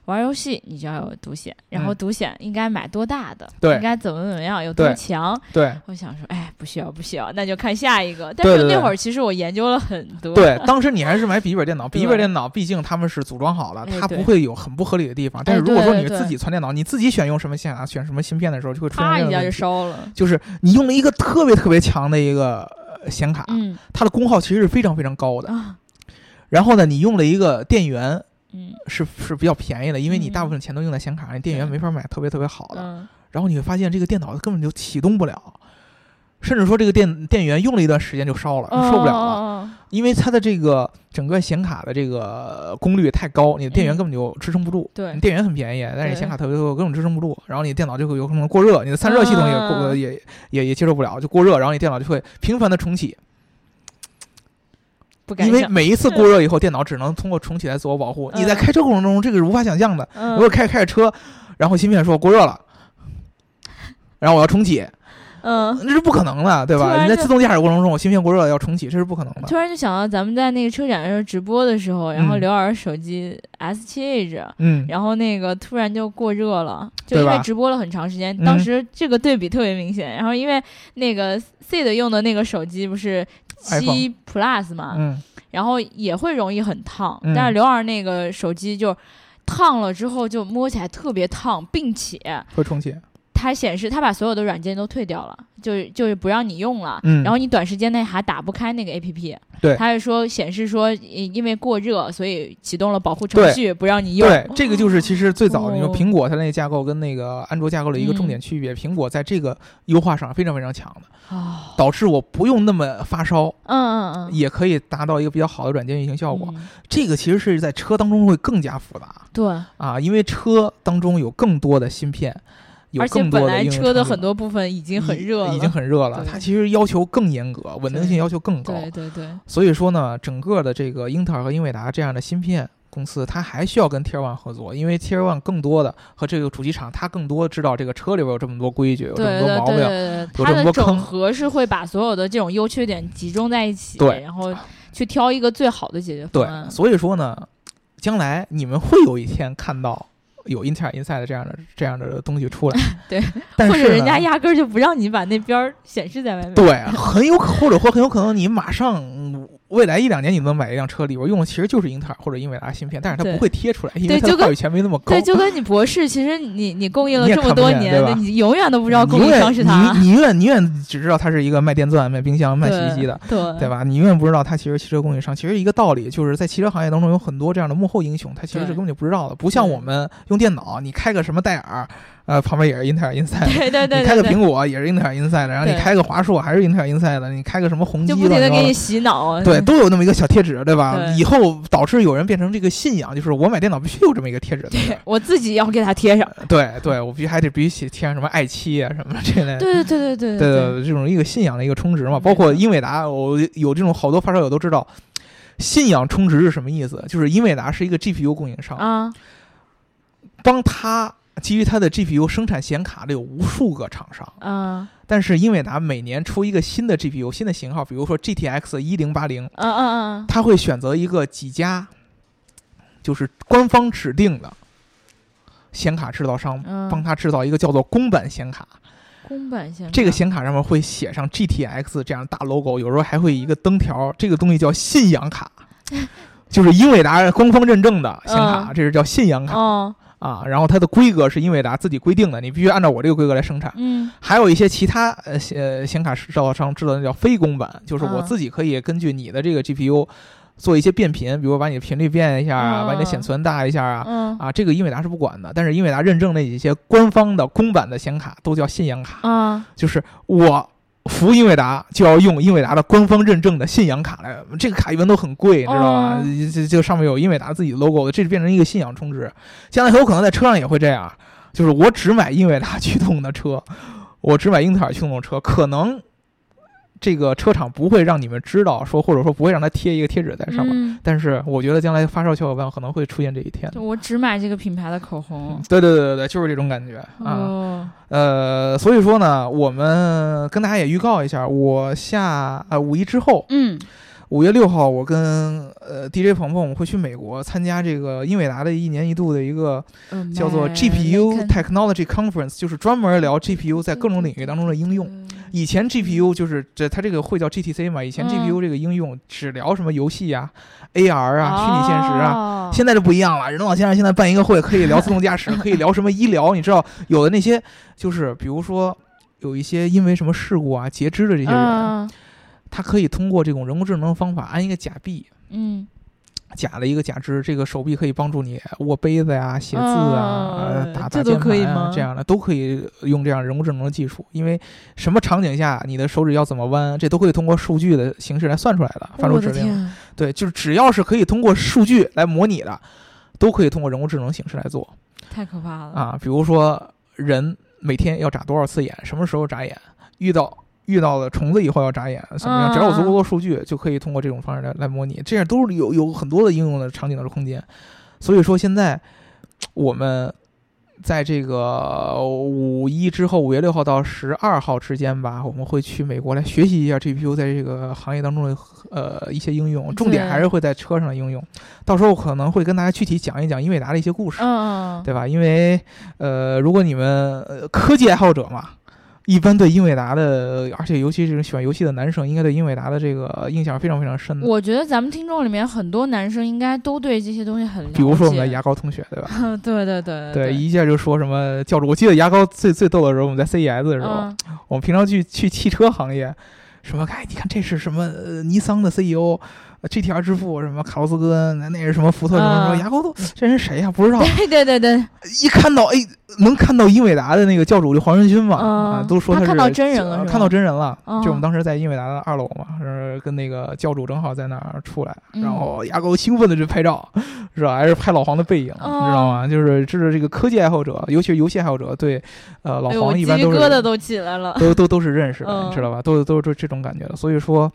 Speaker 1: 玩游戏你就要有独显，然后
Speaker 2: 嗯
Speaker 1: 独显应该买多大的，
Speaker 2: 对
Speaker 1: 应该怎么怎么样，有多
Speaker 2: 对
Speaker 1: 强？
Speaker 2: 对
Speaker 1: 我想说，哎，不需要，不需要，那就看下一个。但是
Speaker 2: 对对
Speaker 1: 那
Speaker 2: 对
Speaker 1: 会儿其实我研究了很多，
Speaker 2: 对。当时你还是买笔记本电脑，
Speaker 1: 对
Speaker 2: 笔记本电脑毕竟他们是组装好了，
Speaker 1: 哎
Speaker 2: 它
Speaker 1: 对哎
Speaker 2: 不会有很不合理的地方。但是如果
Speaker 1: 对
Speaker 2: 说你
Speaker 1: 对
Speaker 2: 自己存电脑，你自己选用什么显卡、选什么芯片的时候，就会出现
Speaker 1: 啪
Speaker 2: 这样
Speaker 1: 一
Speaker 2: 的
Speaker 1: 下
Speaker 2: 问
Speaker 1: 就
Speaker 2: 题
Speaker 1: 烧了。
Speaker 2: 就是你用了一个特别特别强的一个呃显卡，
Speaker 1: 嗯
Speaker 2: 它的功耗其实是非常非常高的。
Speaker 1: 啊，
Speaker 2: 然后呢，你用了一个电源，
Speaker 1: 嗯
Speaker 2: 是是比较便宜的，因为你
Speaker 1: 嗯
Speaker 2: 大部分钱都用在显卡上，你电源
Speaker 1: 对
Speaker 2: 没法买特别特别好的。
Speaker 1: 嗯，
Speaker 2: 然后你会发现这个电脑根本就启动不了，甚至说这个电电源用了一段时间就烧了，就受
Speaker 1: 哦
Speaker 2: 不了了，
Speaker 1: 了。
Speaker 2: 因为它的这个整个显卡的这个功率太高，你的电源
Speaker 1: 嗯
Speaker 2: 根本就支撑不住。
Speaker 1: 对
Speaker 2: 你电源很便宜，但是你
Speaker 1: 对
Speaker 2: 显卡特别多，根本支撑不住，然后你电脑就会有可能过热，你的散热系统也过、
Speaker 1: 啊
Speaker 2: 也也也接受不了，就过热，然后你电脑就会频繁的重启，
Speaker 1: 不敢
Speaker 2: 因为
Speaker 1: 想。
Speaker 2: 每一次过热以后，电脑只能通过重启来自我保护。你在
Speaker 1: 嗯
Speaker 2: 开车过程中，这个是无法想象的。
Speaker 1: 嗯
Speaker 2: 如果开着开着车，然后芯片说过热了，然后我要重启，
Speaker 1: 嗯，
Speaker 2: 那是不可能的，对
Speaker 1: 突
Speaker 2: 吧？
Speaker 1: 然
Speaker 2: 你在
Speaker 1: 就
Speaker 2: 自动驾驶过程中，我芯片过热了要重启，这是不可能的。
Speaker 1: 突然就想到咱们在那个车展的时候直播的时候，然后
Speaker 2: 嗯
Speaker 1: 刘老师手机 S 7 Edge，
Speaker 2: 嗯，
Speaker 1: 然后那个突然就过热了，就
Speaker 2: 对
Speaker 1: 因为
Speaker 2: 吧
Speaker 1: 直播了很长时间，
Speaker 2: 嗯
Speaker 1: 当时这个对比特别明显。然后因为那个 C 的用的那个手机不是
Speaker 2: iPhone
Speaker 1: 七 Plus 嘛，
Speaker 2: 嗯，
Speaker 1: 然后也会容易很烫，
Speaker 2: 嗯
Speaker 1: 但是刘老师那个手机就烫了之后就摸起来特别烫，并且
Speaker 2: 会重启。
Speaker 1: 它显示它把所有的软件都退掉了，就是就是不让你用了。
Speaker 2: 嗯
Speaker 1: 然后你短时间内还打不开那个 A P P，
Speaker 2: 对
Speaker 1: 它是说显示说呃因为过热，所以启动了保护程
Speaker 2: 对
Speaker 1: 序，不让你用。
Speaker 2: 对，这个就是其实最早的你说
Speaker 1: 哦嗯
Speaker 2: 苹果它那个架构跟那个安卓架构的一个重点区别，苹果在这个优化上非常非常强的，
Speaker 1: 哦，
Speaker 2: 导致我不用那么发烧，
Speaker 1: 嗯嗯嗯，
Speaker 2: 也可以达到一个比较好的软件运行效果。
Speaker 1: 嗯
Speaker 2: 这个其实是在车当中会更加复杂。
Speaker 1: 对，
Speaker 2: 啊，因为车当中有更多的芯片，有
Speaker 1: 而且
Speaker 2: 更多
Speaker 1: 本
Speaker 2: 的
Speaker 1: 来
Speaker 2: 应用
Speaker 1: 车的
Speaker 2: 场景
Speaker 1: 很多部分已经很热了，
Speaker 2: 已经很热了。
Speaker 1: 对
Speaker 2: 它其实要求更严格，稳定性
Speaker 1: 对
Speaker 2: 要求更高。
Speaker 1: 对对对，
Speaker 2: 所以说呢，整个的这个英特尔和英伟达这样的芯片公司，它还需要跟 Tier One 合作，因为 Tier One 更多的和这个主机厂，它更多知道这个车里边有这么多规矩，有这么
Speaker 1: 对
Speaker 2: 多
Speaker 1: 对
Speaker 2: 毛
Speaker 1: 对对
Speaker 2: 病。有
Speaker 1: 对，它
Speaker 2: 这么
Speaker 1: 的
Speaker 2: 多坑
Speaker 1: 整合是会把所有的这种优缺点集中在一起，
Speaker 2: 对
Speaker 1: 然后去挑一个最好的解决方
Speaker 2: 对
Speaker 1: 案。，
Speaker 2: 所以说呢，将来你们会有一天看到。有英特尔 Inside 这样的这样的东西出来
Speaker 1: 对，
Speaker 2: 但
Speaker 1: 或
Speaker 2: 是
Speaker 1: 者人
Speaker 2: 呢
Speaker 1: 家压根儿就不让你把那边儿显示在外面。
Speaker 2: 对，很有可或者说很有可能你马上嗯未来一两年你能买一辆车，里边用的其实就是英特尔或者英伟达芯片，但是它
Speaker 1: 对
Speaker 2: 不会贴出来，因
Speaker 1: 对
Speaker 2: 为它
Speaker 1: 就
Speaker 2: 的
Speaker 1: 跟
Speaker 2: 话语权没那么高。
Speaker 1: 对，就跟你博士，其实你你供应了
Speaker 2: 你也
Speaker 1: 这么
Speaker 2: 看不
Speaker 1: 多
Speaker 2: 见
Speaker 1: 年
Speaker 2: 对
Speaker 1: 的，
Speaker 2: 吧
Speaker 1: 你永远都不知道供
Speaker 2: 你
Speaker 1: 应
Speaker 2: 永
Speaker 1: 商是他
Speaker 2: 远，你你永远你永远只知道它是一个卖电钻、卖冰箱、卖洗衣机的，
Speaker 1: 对
Speaker 2: 对？吧？你永远不知道它其实是汽车供应商。其实一个道理就是在汽车行业当中有很多这样的幕后英雄，它其实是
Speaker 1: 对
Speaker 2: 根本就不知道的。不像
Speaker 1: 对
Speaker 2: 我们用电脑，你开个什么戴尔，呃，旁边也是英特尔 Inside。
Speaker 1: 对对对
Speaker 2: 你开个
Speaker 1: 对
Speaker 2: 苹
Speaker 1: 对，
Speaker 2: 果也是英特尔 Inside 的，然后你
Speaker 1: 对
Speaker 2: 开个华硕还是英特尔 Inside 的，你开个什么宏基
Speaker 1: 就
Speaker 2: 乱
Speaker 1: 不
Speaker 2: 七
Speaker 1: 停的
Speaker 2: 八糟
Speaker 1: 给
Speaker 2: 的
Speaker 1: 你洗脑。啊
Speaker 2: 对，都有那么一个小贴纸，对吧？
Speaker 1: 对
Speaker 2: 以后导致有人变成这个信仰，就是我买电脑必须有这么一个贴纸在这
Speaker 1: 对
Speaker 2: 儿。
Speaker 1: 我自己要给他贴上。
Speaker 2: 对对，我必须还得必须写贴上什么爱妻啊什么这类的。
Speaker 1: 对对对对对
Speaker 2: 对对，这种一个信仰的一个充值嘛，
Speaker 1: 嗯
Speaker 2: 包括英伟达，我有这种好多发烧友都知道，信仰充值是什么意思？就是英伟达是一个 GPU 供应商，
Speaker 1: 啊，
Speaker 2: 帮他基于他的 GPU 生产显卡的有无数个厂商，
Speaker 1: 嗯
Speaker 2: 但是英伟达每年出一个新的 GPU 新的型号，比如说 GTX 一零八零，
Speaker 1: 嗯嗯嗯
Speaker 2: 他会选择一个几家，就是官方指定的显卡制造商，
Speaker 1: 嗯，
Speaker 2: 帮他制造一个叫做公版显卡。
Speaker 1: 公版显卡
Speaker 2: 这个显卡上面会写上 GTX 这样的大 logo，有时候还会一个灯条，这个东西叫信仰卡， 就是英伟达官方认证的显卡，
Speaker 1: 嗯
Speaker 2: 这是叫信仰卡
Speaker 1: 哦，
Speaker 2: 啊。然后它的规格是英伟达自己规定的，你必须按照我这个规格来生产。
Speaker 1: 嗯
Speaker 2: 还有一些其他呃显呃显卡制造商制造的叫非公版，就是我
Speaker 1: 嗯
Speaker 2: 自己可以根据你的这个 GPU 做一些变频，比如把你的频率变一下啊，
Speaker 1: 嗯
Speaker 2: 把你的显存大一下啊。
Speaker 1: 嗯
Speaker 2: 啊，这个英伟达是不管的，但是英伟达认证那一些官方的公版的显卡都叫信仰卡，
Speaker 1: 啊
Speaker 2: 就是我服英伟达就要用英伟达的官方认证的信仰卡来，这个卡一般都很贵，你知道吧
Speaker 1: 哦？
Speaker 2: 这这上面有英伟达自己的 logo 的，这就变成一个信仰充值。将来很有可能在车上也会这样，就是我只买英伟达驱动的车，我只买英特尔驱动的车，可能。这个车厂不会让你们知道说，或者说不会让它贴一个贴纸在上面，
Speaker 1: 嗯，
Speaker 2: 但是我觉得将来发烧小伙伴可能会出现这一天。
Speaker 1: 就我只买这个品牌的口红
Speaker 2: 对对对对对，就是这种感觉啊。
Speaker 1: 哦，
Speaker 2: 呃，所以说呢，我们跟大家也预告一下，我下呃五一之后，
Speaker 1: 嗯
Speaker 2: 五月六号，我跟呃 DJ 鹏鹏我们会去美国参加这个英伟达的一年一度的一个
Speaker 1: 呃
Speaker 2: 叫做 GPU Technology Conference，就是专门聊 GPU 在各种领域当中的应
Speaker 1: 嗯
Speaker 2: 用。以前 GPU 就是这，它这个会叫 GTC 嘛？以
Speaker 1: 嗯
Speaker 2: 前 GPU 这个应用只聊什么游戏啊、AR 啊、虚拟现实啊，
Speaker 1: 啊
Speaker 2: 现在就不一样了，人老先生现在办一个会可以聊自 动驾驶，可以聊什么医疗，你知道有的那些就是比如说有一些因为什么事故啊截肢的这些人，
Speaker 1: 嗯
Speaker 2: 他可以通过这种人工智能方法安一个假臂。
Speaker 1: 嗯
Speaker 2: 假的一个假肢，这个手臂可以帮助你握杯子呀、写字啊、
Speaker 1: 啊
Speaker 2: 呃打打
Speaker 1: 这
Speaker 2: 键
Speaker 1: 都可
Speaker 2: 盘
Speaker 1: 以
Speaker 2: 呀
Speaker 1: 吗，
Speaker 2: 这样的都可以用这样人工智能的技术。因为什么场景下你的手指要怎么弯，这都可以通过数据的形式来算出来的，发出
Speaker 1: 哦我
Speaker 2: 指
Speaker 1: 的
Speaker 2: 令。
Speaker 1: 天，
Speaker 2: 对，就是只要是可以通过数据来模拟的，都可以通过人工智能形式来做
Speaker 1: 太可怕了！
Speaker 2: 啊。比如说，人每天要眨多少次眼，什么时候眨眼，遇到遇到了虫子以后要眨眼，怎么样？只要有足够多数据，就可以通过这种方式来来模拟，这样都是有有很多的应用的场景的空间。所以说，现在我们。在这个五一之后，五月六号到十二号之间吧，我们会去美国来学习一下 GPU 在这个行业当中的呃一些应用，重点
Speaker 1: 对
Speaker 2: 还是会在车上的应用。到时候可能会跟大家具体讲一讲英伟达的一些故事，
Speaker 1: 嗯，嗯
Speaker 2: 对吧？因为呃，如果你们、呃、科技爱好者嘛，一般对英伟达的，而且尤其是喜欢游戏的男生，应该对英伟达的这个印象非常非常深的。
Speaker 1: 我觉得咱们听众里面很多男生应该都对这些东西很了解，嗯
Speaker 2: 比如说我们的牙膏同学，对吧？
Speaker 1: 对对对
Speaker 2: 对，一下就说什么教主。我记得牙膏最最逗的时候，我们在 CES 的时候，
Speaker 1: 嗯
Speaker 2: 我们平常去去汽车行业，什么哎，你看这是什么、呃、尼桑的 CEO、呃 GTR 之父什么卡洛斯戈恩，那那是什么福特什么什么，
Speaker 1: 嗯
Speaker 2: 牙膏都这人谁呀、不知道。
Speaker 1: 对对对对，
Speaker 2: 一看到哎，能看到英伟达的那个教主就黄仁勋嘛，
Speaker 1: 嗯
Speaker 2: 啊，都说
Speaker 1: 他
Speaker 2: 是
Speaker 1: 看到真人了
Speaker 2: 呃
Speaker 1: 是吧
Speaker 2: 看到真人了。
Speaker 1: 嗯
Speaker 2: 就我们当时在英伟达的二楼嘛，是跟那个教主正好在那儿出来，
Speaker 1: 嗯
Speaker 2: 然后牙膏兴奋的去拍照，是吧？还是拍老黄的背影，
Speaker 1: 哦
Speaker 2: 你知道吗？就是这是这个科技爱好者，尤其是游戏爱好者，对，呃，老
Speaker 1: 哎呦，我
Speaker 2: 黄
Speaker 1: 鸡
Speaker 2: 一
Speaker 1: 皮
Speaker 2: 般都是
Speaker 1: 疙瘩都起来了。
Speaker 2: 都都都是认识的，
Speaker 1: 嗯
Speaker 2: 你知道吧？都都是这种感觉的。所以说，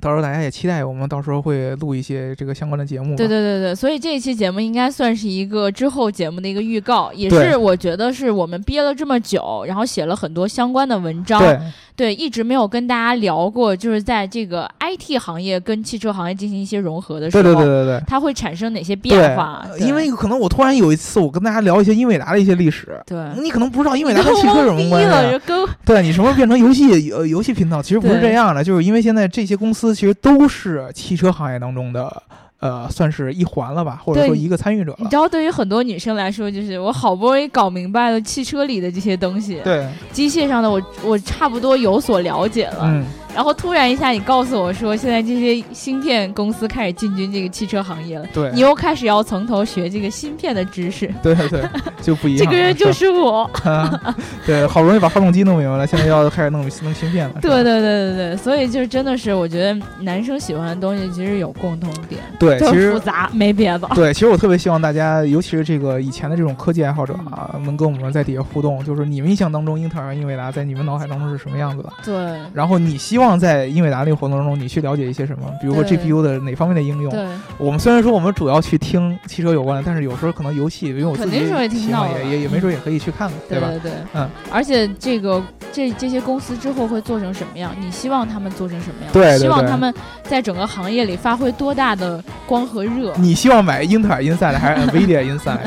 Speaker 2: 到时候大家也期待我们到时候会录一些这个相关的节目吧。
Speaker 1: 对对对对，所以这一期节目应该算是一个之后节目的一个预告，也
Speaker 2: 对
Speaker 1: 是我觉得是我们憋了这么久，然后写了很多相关的文章，
Speaker 2: 对
Speaker 1: 对一直没有跟大家聊过，就是在这个 IT 行业跟汽车行业进行一些融合的时
Speaker 2: 对
Speaker 1: 候，
Speaker 2: 对对对对。
Speaker 1: 它会产生哪些
Speaker 2: 对
Speaker 1: 变化？啊对
Speaker 2: 因为可能我突然有一次，我跟大家聊一些英伟达的一些历史，
Speaker 1: 对，
Speaker 2: 你可能不知道英 伟达跟汽车有什么
Speaker 1: 嗯
Speaker 2: 关
Speaker 1: 懵逼了
Speaker 2: 系啊。
Speaker 1: 就跟
Speaker 2: 对你什么变成游戏呃游戏频道，其实不是
Speaker 1: 对
Speaker 2: 这样的，就是因为现在这些公司其实都是汽车行业当中的呃，算是一环了吧，或者
Speaker 1: 对
Speaker 2: 说一个参与者
Speaker 1: 你
Speaker 2: 了
Speaker 1: 知。道，对于很多女生来说，就是我好不容易搞明白了汽车里的这些东西，
Speaker 2: 对，
Speaker 1: 机械上的我我差不多有所了解了，
Speaker 2: 嗯，
Speaker 1: 然后突然一下，你告诉我说，现在这些芯片公司开始进军这个汽车行业了，
Speaker 2: 对
Speaker 1: 你，又开始要从头学这个芯片的知识。
Speaker 2: 对对对，就不一样
Speaker 1: 这
Speaker 2: 了。
Speaker 1: 个人就是是我，
Speaker 2: 吧啊 对，好不容易把发动机弄明白了，现在要开始弄弄芯片了。是 吧
Speaker 1: 对对对对对，所以就是真的是，我觉得男生喜欢的东西其实有共同点，
Speaker 2: 对，
Speaker 1: 就
Speaker 2: 其
Speaker 1: 是
Speaker 2: 实
Speaker 1: 复杂，没别的。
Speaker 2: 对，其实我特别希望大家，尤其是这个以前的这种科技爱好者啊，能跟我们在底下互动，就是你们印象当中英特尔、英伟达在你们脑海当中是什么样子的？
Speaker 1: 对，
Speaker 2: 然后你希望望在英伟达那个活动中，你去了解一些什么，比如说
Speaker 1: 对
Speaker 2: GPU 的哪方面的应用。
Speaker 1: 对，
Speaker 2: 我们虽然说我们主要去听汽车有关的，但是有时候可能游戏，因为我自己
Speaker 1: 肯定是会听
Speaker 2: 喜欢
Speaker 1: 到的
Speaker 2: 也也也没准也可以去 看看，对吧？
Speaker 1: 对对，
Speaker 2: 嗯，
Speaker 1: 而且这个这这些公司之后会做成什么样？你希望他们做成什么样？
Speaker 2: 对对
Speaker 1: 希望
Speaker 2: 对
Speaker 1: 他们在整个行业里发挥多大的光和热？
Speaker 2: 你希望买英特尔 Inside 还是 NVIDIA Inside，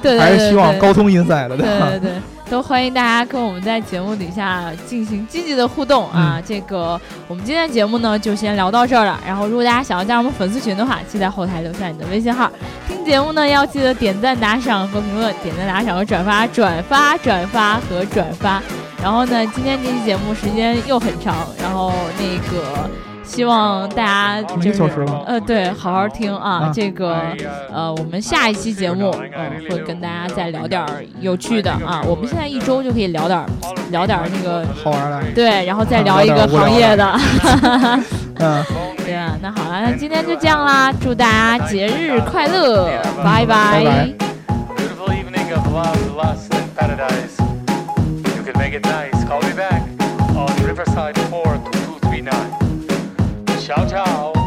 Speaker 1: 对对对
Speaker 2: 还是希望
Speaker 1: 对
Speaker 2: 高通 Inside 的？
Speaker 1: 对
Speaker 2: 吧？
Speaker 1: 对对，都欢迎大家跟我们在节目底下进行积极的互动啊！这个我们今天的节目呢就先聊到这儿了。然后如果大家想要加入我们粉丝群的话，记得在后台留下你的微信号。听节目呢要记得点赞、打赏和评论，点赞、打赏和转发，转发、转发和转发。然后呢，今天这期节目时间又很长，然后那个希望大家
Speaker 2: 一
Speaker 1: 就
Speaker 2: 个
Speaker 1: 是
Speaker 2: 小时了
Speaker 1: 呃对，好好听啊，
Speaker 2: 啊
Speaker 1: 这个。呃，我们下一期节目，呃，会跟大家再聊点儿有趣的啊。我们现在一周就可以聊点儿，聊点儿那个，
Speaker 2: 好玩的，
Speaker 1: 对，然后再聊一个
Speaker 2: 聊点儿无聊
Speaker 1: 行业的。
Speaker 2: 嗯，
Speaker 1: 对啊，那好了，那今天就这样啦，祝大家节日快乐，
Speaker 2: 拜拜
Speaker 3: Beautiful evening of love, lust, and paradise. You can make it nice. Call me back on Riverside 4239. Ciao, ciao.